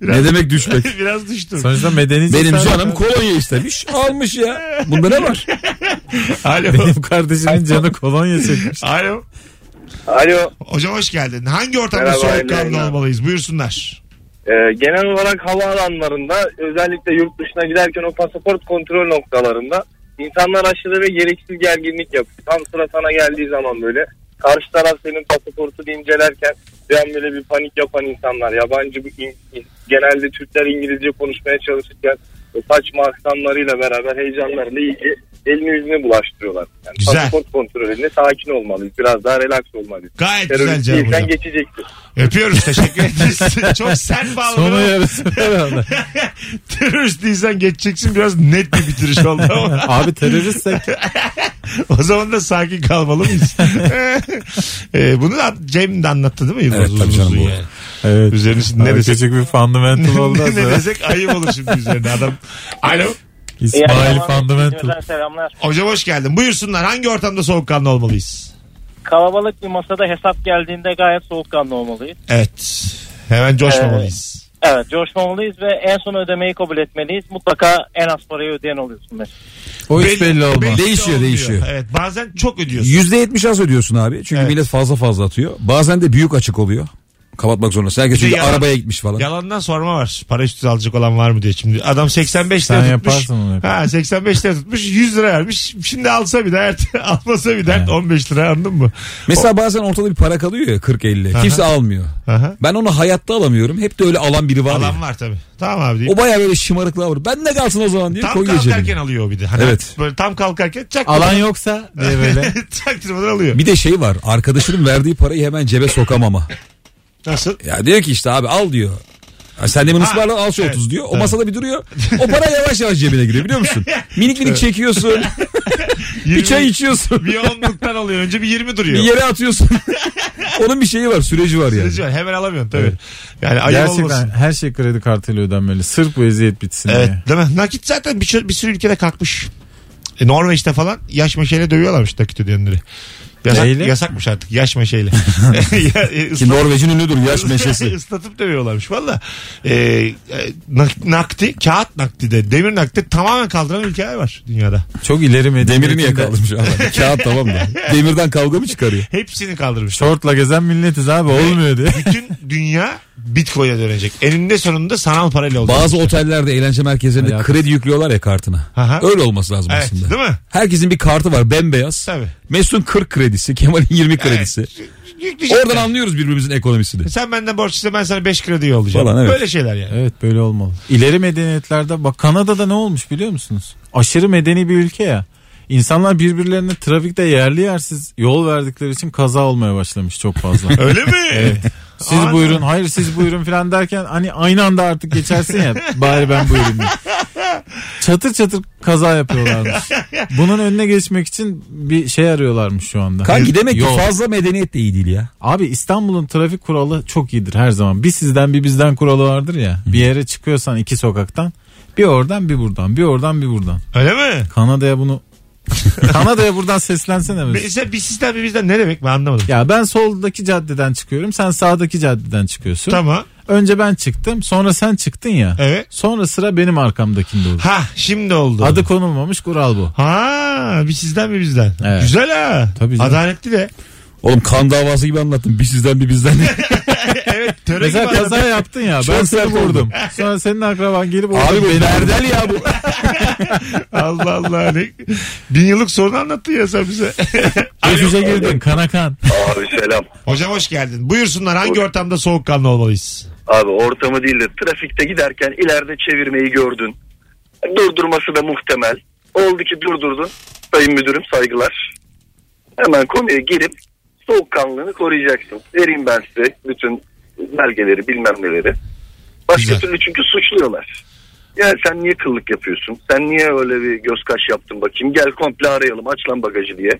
[SPEAKER 3] ne demek düşmek?
[SPEAKER 2] Biraz düştüm.
[SPEAKER 4] Sonuçta medeni
[SPEAKER 3] Benim
[SPEAKER 4] cesaret-
[SPEAKER 3] canım kolonya istemiş almış ya. Bunda ne var?
[SPEAKER 2] Alo.
[SPEAKER 4] Benim kardeşimin canı kolonya çekmiş.
[SPEAKER 2] Alo.
[SPEAKER 5] Alo.
[SPEAKER 2] Hocam hoş geldin. Hangi ortamda
[SPEAKER 5] Merhaba,
[SPEAKER 2] soğukkanlı
[SPEAKER 5] Emre.
[SPEAKER 2] olmalıyız? Buyursunlar.
[SPEAKER 5] Ee, genel olarak havaalanlarında özellikle yurt dışına giderken o pasaport kontrol noktalarında insanlar aşırı ve gereksiz gerginlik yapıyor. Tam sıra sana geldiği zaman böyle karşı taraf senin pasaportunu incelerken bir an böyle bir panik yapan insanlar. Yabancı bir in- in- genelde Türkler İngilizce konuşmaya çalışırken o saçma aksanlarıyla beraber heyecanlarıyla iyice elini yüzüne bulaştırıyorlar. Yani
[SPEAKER 2] Güzel.
[SPEAKER 5] Pasaport kontrolünde sakin olmalıyız. Biraz daha relax olmalıyız.
[SPEAKER 2] Gayet güzel
[SPEAKER 5] Terörist
[SPEAKER 2] cevap
[SPEAKER 5] değilsen
[SPEAKER 2] hocam.
[SPEAKER 5] geçeceksin.
[SPEAKER 2] Öpüyoruz. Teşekkür ederiz. çok sen bağlı.
[SPEAKER 4] Sonu
[SPEAKER 2] ama
[SPEAKER 4] yarısı. herhalde.
[SPEAKER 2] Terörist değilsen geçeceksin. Biraz net bir bitiriş oldu ama.
[SPEAKER 4] Abi teröristsek
[SPEAKER 2] O zaman da sakin kalmalı mıyız? ee, bunu da Cem de anlattı değil mi? Yılmaz
[SPEAKER 3] Evet,
[SPEAKER 2] uzun
[SPEAKER 3] tabii canım
[SPEAKER 2] uzun
[SPEAKER 3] bu.
[SPEAKER 2] yani.
[SPEAKER 4] Evet.
[SPEAKER 2] Üzerine şimdi
[SPEAKER 4] Abi
[SPEAKER 2] ne desek,
[SPEAKER 4] Küçük bir fundamental oldu
[SPEAKER 2] ne
[SPEAKER 4] aslında.
[SPEAKER 2] desek ayıp olur şimdi üzerine adam. Alo.
[SPEAKER 4] İsmail Fundamental.
[SPEAKER 8] selamlar.
[SPEAKER 2] Hocam hoş geldin. Buyursunlar hangi ortamda soğukkanlı olmalıyız?
[SPEAKER 8] Kalabalık bir masada hesap geldiğinde gayet soğukkanlı olmalıyız.
[SPEAKER 2] Evet. Hemen coşmamalıyız.
[SPEAKER 8] Evet coşmamalıyız ve en son ödemeyi kabul etmeliyiz. Mutlaka en az parayı ödeyen oluyorsun. mesela.
[SPEAKER 4] O hiç belli olmaz.
[SPEAKER 3] Ee, Değişiyor,
[SPEAKER 2] olmuyor.
[SPEAKER 3] değişiyor.
[SPEAKER 2] Evet bazen çok ödüyorsun.
[SPEAKER 3] %70 az ödüyorsun abi. Çünkü
[SPEAKER 2] Evet.
[SPEAKER 3] millet fazla fazla atıyor. Bazen de büyük açık oluyor. Kapatmak zorundasın. Herkes
[SPEAKER 2] Bir de
[SPEAKER 3] çünkü
[SPEAKER 2] yalan-
[SPEAKER 3] arabaya gitmiş falan.
[SPEAKER 2] Yalandan sorma var. Para üstü alacak olan var mı diye şimdi. Adam 85
[SPEAKER 4] Sen
[SPEAKER 2] lira tutmuş.
[SPEAKER 4] yaparsın onu hep.
[SPEAKER 2] Ha 85 lira tutmuş 100 lira vermiş. Şimdi alsa bir dert, almasa bir dert 15 lira anladın mı?
[SPEAKER 3] Mesela bazen ortada bir para kalıyor ya 40-50. Kimse almıyor.
[SPEAKER 2] Aha.
[SPEAKER 3] Ben onu hayatta alamıyorum. Hep de öyle alan biri var ya.
[SPEAKER 2] Alan var tabii. Tamam abi deyip.
[SPEAKER 3] O baya böyle şımarıklığa var. Ben de kalsın o zaman diye
[SPEAKER 2] Tam
[SPEAKER 3] koyuyor
[SPEAKER 2] kalkarken
[SPEAKER 3] cebine.
[SPEAKER 2] alıyor bir de. Hani
[SPEAKER 3] Evet.
[SPEAKER 2] Böyle tam kalkarken çaktırmadan,
[SPEAKER 4] Alan yoksa diye böyle.
[SPEAKER 2] çaktırmadan alıyor.
[SPEAKER 3] Bir de şey var. Arkadaşının verdiği parayı hemen cebe sokamama.
[SPEAKER 2] Nasıl?
[SPEAKER 3] Ya diyor ki işte abi al diyor. Ya sen de bunu
[SPEAKER 2] Ha,
[SPEAKER 3] ısmarla al şu
[SPEAKER 2] evet,
[SPEAKER 3] 30 diyor. O
[SPEAKER 2] tabii.
[SPEAKER 3] masada bir duruyor. O para yavaş yavaş cebine giriyor biliyor musun? Minik minik çekiyorsun. bir
[SPEAKER 2] Yirmi-
[SPEAKER 3] çay içiyorsun.
[SPEAKER 2] Bir onluktan alıyor. Önce bir 20 duruyor.
[SPEAKER 3] bir yere atıyorsun. Onun bir şeyi var süreci var yani.
[SPEAKER 2] Süreci var. Hemen alamıyorsun tabii. Yani ayıp
[SPEAKER 4] Gerçekten
[SPEAKER 2] olmasın.
[SPEAKER 4] her şey kredi kartıyla ödenmeli. Sırf bu eziyet bitsin
[SPEAKER 2] Evet
[SPEAKER 4] diye.
[SPEAKER 2] Ee, değil mi? Nakit zaten bir, sürü- bir sürü ülkede kalkmış. E, Norveç'te falan yaş meşeyle dövüyorlarmış nakit ödeyenleri. Yasak,
[SPEAKER 4] Neyle?
[SPEAKER 2] yasakmış artık yaş meşeyle. ya, e,
[SPEAKER 3] Ki
[SPEAKER 2] ıslat-
[SPEAKER 3] Norveç'in ünlüdür yaş meşesi.
[SPEAKER 2] Islatıp dövüyorlarmış valla. E, e, nak- nakti, kağıt nakdi de demir nakdi tamamen kaldıran ülkeler var dünyada.
[SPEAKER 4] Çok ileri medeniyetinde.
[SPEAKER 3] Demirini yakaladım şu an. Kağıt tamam da. Demirden kavga mı çıkarıyor?
[SPEAKER 2] Hepsini kaldırmış.
[SPEAKER 4] Şortla gezen milletiz abi olmuyor diye.
[SPEAKER 2] Bütün dünya bitcoin'e dönecek. Eninde sonunda sanal parayla olacak.
[SPEAKER 3] Bazı otellerde eğlence merkezlerinde
[SPEAKER 4] Alakası.
[SPEAKER 3] kredi yüklüyorlar ya kartına.
[SPEAKER 2] Aha.
[SPEAKER 3] Öyle olması lazım
[SPEAKER 2] Evet,
[SPEAKER 3] aslında.
[SPEAKER 2] değil mi?
[SPEAKER 3] Herkesin bir kartı var bembeyaz.
[SPEAKER 2] Tabii.
[SPEAKER 3] Mesut'un 40 kredisi, Kemal'in 20 kredisi.
[SPEAKER 2] Yükleyecekler.
[SPEAKER 3] Oradan anlıyoruz birbirimizin ekonomisini.
[SPEAKER 2] Sen benden borç iste ben sana 5 kredi yollayacağım.
[SPEAKER 3] Falan, evet.
[SPEAKER 2] Böyle şeyler yani.
[SPEAKER 4] Evet böyle olmalı. İleri medeniyetlerde bak Kanada'da ne olmuş biliyor musunuz? Aşırı medeni bir ülke ya. İnsanlar birbirlerine trafikte yerli yersiz yol verdikleri için kaza olmaya başlamış çok fazla.
[SPEAKER 2] Öyle mi?
[SPEAKER 4] siz
[SPEAKER 2] Aa.
[SPEAKER 4] buyurun hayır siz buyurun falan derken hani aynı anda artık geçersin ya bari ben buyurun diye. Çatır çatır kaza yapıyorlarmış. Bunun önüne geçmek için bir şey arıyorlarmış şu anda.
[SPEAKER 3] Kanki demek ki
[SPEAKER 4] Yol.
[SPEAKER 3] fazla medeniyet de iyi değil ya.
[SPEAKER 4] Abi İstanbul'un trafik kuralı çok iyidir her zaman. Bir sizden bir bizden kuralı vardır ya. Bir yere çıkıyorsan iki sokaktan bir oradan bir buradan bir oradan bir buradan.
[SPEAKER 2] Öyle mi?
[SPEAKER 4] Kanada'ya bunu Kanada'ya buradan seslensene mesela.
[SPEAKER 2] Mesela bir sistem bir bizden ne demek ben anlamadım.
[SPEAKER 4] Ya ben soldaki caddeden çıkıyorum sen sağdaki caddeden çıkıyorsun.
[SPEAKER 2] Tamam.
[SPEAKER 4] Önce ben çıktım sonra sen çıktın ya.
[SPEAKER 2] Evet.
[SPEAKER 4] Sonra sıra benim arkamdakinde oldu.
[SPEAKER 2] Ha şimdi oldu.
[SPEAKER 4] Adı konulmamış kural bu.
[SPEAKER 2] Ha bir sizden bir bizden.
[SPEAKER 4] Evet.
[SPEAKER 2] Güzel ha.
[SPEAKER 4] Tabii canım.
[SPEAKER 2] Adaletli de.
[SPEAKER 3] Oğlum kan davası gibi anlattın. Bir sizden bir bizden.
[SPEAKER 2] Evet töre gibi
[SPEAKER 4] Mesela
[SPEAKER 2] adam.
[SPEAKER 4] kaza yaptın ya
[SPEAKER 3] Çok
[SPEAKER 4] ben seni
[SPEAKER 3] sert oldu.
[SPEAKER 4] vurdum. Sonra senin akraban gelip
[SPEAKER 3] Abi
[SPEAKER 4] orada
[SPEAKER 3] bu
[SPEAKER 4] beni-
[SPEAKER 3] berdel ya bu.
[SPEAKER 2] Allah Allah. Ne? Bin yıllık sorunu anlattın ya sen bize.
[SPEAKER 4] Refüje girdin kana kan.
[SPEAKER 5] Abi selam.
[SPEAKER 2] Hocam hoş geldin. Buyursunlar hangi
[SPEAKER 5] Hoş-
[SPEAKER 2] ortamda soğukkanlı olmalıyız?
[SPEAKER 5] Abi ortamı değil de trafikte giderken ileride çevirmeyi gördün. Durdurması da muhtemel. Oldu ki durdurdun. Sayın müdürüm saygılar. Hemen konuya girip soğukkanlılığını koruyacaksın. Vereyim ben size bütün belgeleri bilmem neleri. Başka
[SPEAKER 2] Güzel.
[SPEAKER 5] türlü çünkü suçluyorlar. Ya sen niye kıllık yapıyorsun? Sen niye öyle bir göz kaş yaptın bakayım? Gel komple arayalım aç lan bagajı diye.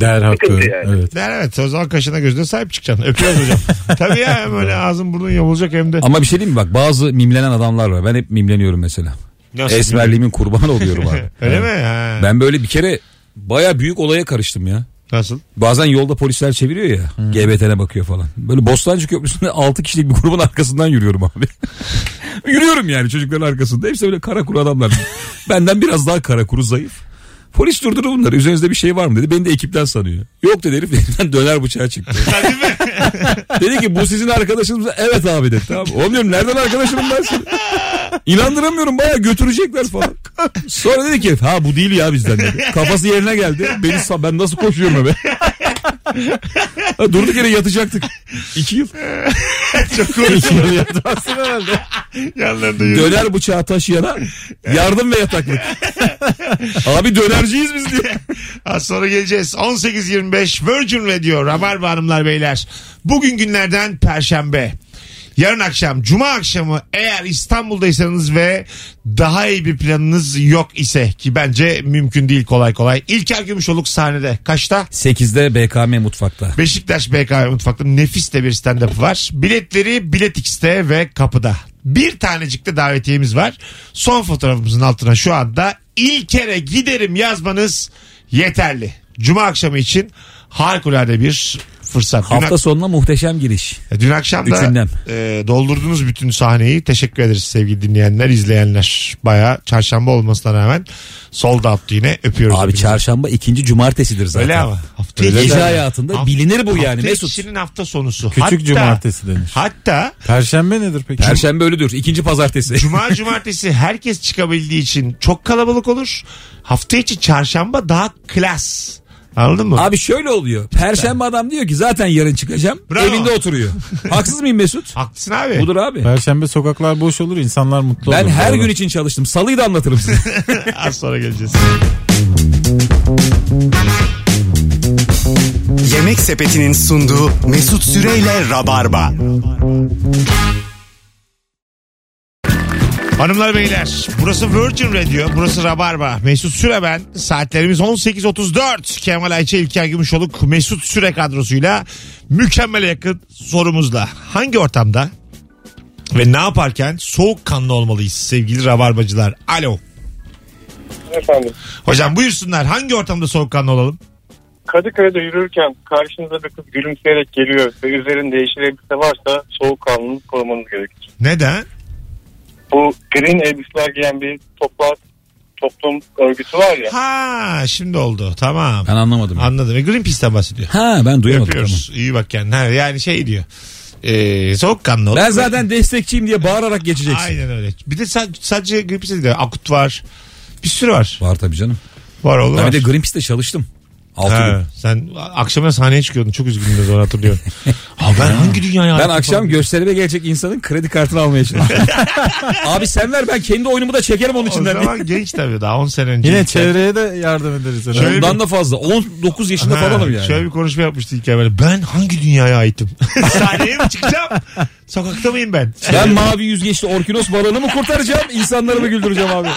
[SPEAKER 4] Der hakkı.
[SPEAKER 5] Sıkıntı yani.
[SPEAKER 4] Evet.
[SPEAKER 2] Der evet o zaman kaşına gözüne sahip çıkacaksın. Öpüyoruz hocam. Tabii ya hem öyle ağzın burnun yamulacak hem de.
[SPEAKER 3] Ama bir şey diyeyim mi bak bazı mimlenen adamlar var. Ben hep mimleniyorum mesela.
[SPEAKER 2] Nasıl?
[SPEAKER 3] Esmerliğimin kurbanı oluyorum abi.
[SPEAKER 2] Öyle mi? Ha.
[SPEAKER 3] Ben böyle bir kere baya büyük olaya karıştım ya.
[SPEAKER 2] Nasıl?
[SPEAKER 3] Bazen yolda polisler çeviriyor ya. GBT'ne bakıyor falan. Böyle Bostancı Köprüsü'nde 6 kişilik bir grubun arkasından yürüyorum abi. yürüyorum yani çocukların arkasında. Hepsi böyle kara kuru adamlar. Benden biraz daha kara kuru zayıf. Polis durdurdu bunları. Üzerinizde bir şey var mı dedi. Beni de ekipten sanıyor. Yok dedi herif elimden döner bıçağı çıktı. dedi ki bu sizin arkadaşınız mı? Evet abi dedi. Tamam. Oğlum diyorum nereden arkadaşım ben seni? İnandıramıyorum baya götürecekler falan. Sonra dedi ki ha bu değil ya bizden dedi. Kafası yerine geldi. Beni sa- ben nasıl koşuyorum be? Ha, Durduk yere yatacaktık. İki yıl.
[SPEAKER 2] Çok komik.
[SPEAKER 4] Yatarsın herhalde.
[SPEAKER 2] Yanlarında yürü.
[SPEAKER 3] Döner bıçağı taşıyana yardım ve yataklık. Abi dönerciyiz biz diyor.
[SPEAKER 2] Az sonra geleceğiz. 18.25 Virgin Radio Rabarba Hanımlar Beyler. Bugün günlerden Perşembe. Yarın akşam cuma akşamı eğer İstanbul'daysanız ve daha iyi bir planınız yok ise ki bence mümkün değil kolay kolay. İlker Gümüşoluk sahnede kaçta?
[SPEAKER 3] 8'de BKM mutfakta.
[SPEAKER 2] Beşiktaş BKM mutfakta nefis de bir stand-up var. Biletleri Bilet X'te ve kapıda. Bir tanecik de davetiyemiz var. Son fotoğrafımızın altına şu anda ilk kere giderim yazmanız yeterli. Cuma akşamı için harikulade bir fırsat. Dün
[SPEAKER 3] Hafta sonuna muhteşem giriş.
[SPEAKER 2] e, Dün akşam da
[SPEAKER 3] Üçünden.
[SPEAKER 2] e, doldurdunuz bütün sahneyi. Teşekkür ederiz sevgili dinleyenler, izleyenler. Bayağı çarşamba olmasına rağmen sold out yine öpüyoruz.
[SPEAKER 3] Abi
[SPEAKER 2] hepinizi.
[SPEAKER 3] çarşamba ikinci cumartesidir zaten.
[SPEAKER 2] Öyle ama. Hafta
[SPEAKER 3] Öyle
[SPEAKER 2] içi-
[SPEAKER 3] de. hayatında bilinir bu yani,
[SPEAKER 2] Hafta
[SPEAKER 3] Mesut.
[SPEAKER 2] içinin hafta sonusu.
[SPEAKER 4] Küçük
[SPEAKER 2] Hatta-
[SPEAKER 4] cumartesi denir.
[SPEAKER 2] Hatta
[SPEAKER 4] Perşembe nedir peki?
[SPEAKER 3] Perşembe öyledir. İkinci pazartesi.
[SPEAKER 2] cuma cumartesi herkes çıkabildiği için çok kalabalık olur. Hafta içi çarşamba daha klas. Anladın mı?
[SPEAKER 3] Abi şöyle oluyor. Perşembe adam diyor ki zaten yarın çıkacağım.
[SPEAKER 2] Bravo.
[SPEAKER 3] Evinde oturuyor. Haksız mıyım Mesut?
[SPEAKER 2] Haklısın abi.
[SPEAKER 3] Budur abi.
[SPEAKER 4] E, Perşembe sokaklar boş olur, insanlar mutlu
[SPEAKER 3] Ben
[SPEAKER 4] olur.
[SPEAKER 3] her
[SPEAKER 4] Doğru.
[SPEAKER 3] gün için çalıştım. Salıyı da anlatırım size.
[SPEAKER 2] Az sonra geleceğiz.
[SPEAKER 1] Yemek Sepeti'nin sunduğu Mesut Süreyle Rabarba.
[SPEAKER 2] Hanımlar beyler burası Virgin Radio burası Rabarba Mesut Süre ben saatlerimiz 18.34 Kemal Ayça İlker Gümüşoluk Mesut Süre kadrosuyla mükemmel yakın sorumuzla hangi ortamda ve ne yaparken soğukkanlı olmalıyız sevgili Rabarbacılar alo
[SPEAKER 7] Efendim
[SPEAKER 2] hocam buyursunlar hangi ortamda soğukkanlı olalım
[SPEAKER 7] Kadıköy'de yürürken karşınıza bir kız gülümseyerek geliyor ve üzerinde yeşil elbise varsa soğuk kanlılık korumanız gerekir.
[SPEAKER 2] neden
[SPEAKER 7] Bu green elbiseler giyen bir topla, toplum örgütü var ya.
[SPEAKER 2] ha şimdi oldu tamam
[SPEAKER 3] Ben anlamadım.
[SPEAKER 2] anladım ve Greenpeace'ten bahsediyor
[SPEAKER 3] Ha ben duyamadım.
[SPEAKER 2] Öpüyoruz. iyi bak kendine Ha, yani şey diyor ee, soğukkanlı ol.
[SPEAKER 3] tamam. Ben zaten destekçiyim diye bağırarak geçeceksin.
[SPEAKER 2] Aynen öyle. Bir de sa- sadece Greenpeace değil de Akut var. Bir sürü var.
[SPEAKER 3] Var tabii canım.
[SPEAKER 2] Var oğlum
[SPEAKER 3] Ben
[SPEAKER 2] var.
[SPEAKER 3] bir de Greenpeace'te çalıştım. Altı
[SPEAKER 2] Ha,
[SPEAKER 3] gün.
[SPEAKER 2] sen akşamına sahneye çıkıyordun. Çok üzgünüm de sonra hatırlıyorum. Abi ben hangi dünyaya
[SPEAKER 3] Ben
[SPEAKER 2] ait
[SPEAKER 3] akşam
[SPEAKER 2] falan-
[SPEAKER 3] gösterime gelecek insanın kredi kartını almaya çalıştım. Abi sen ver ben kendi oyunumu da çekerim onun
[SPEAKER 2] O
[SPEAKER 3] içinden. diye.
[SPEAKER 2] zaman genç tabii daha 10 sene önce.
[SPEAKER 4] Yine çevreye de yardım ederiz. herhalde.
[SPEAKER 2] Şöyle-
[SPEAKER 3] Ondan da fazla. 19
[SPEAKER 2] Ha,
[SPEAKER 3] yaşında falanım yani.
[SPEAKER 2] Şöyle bir konuşma yapmıştı İlker böyle. Ben hangi dünyaya aitim? Sahneye mi çıkacağım? Sokakta mıyım ben?
[SPEAKER 3] Ben mavi yüzgeçli Orkinos balığını mı kurtaracağım, insanları mı güldüreceğim abi?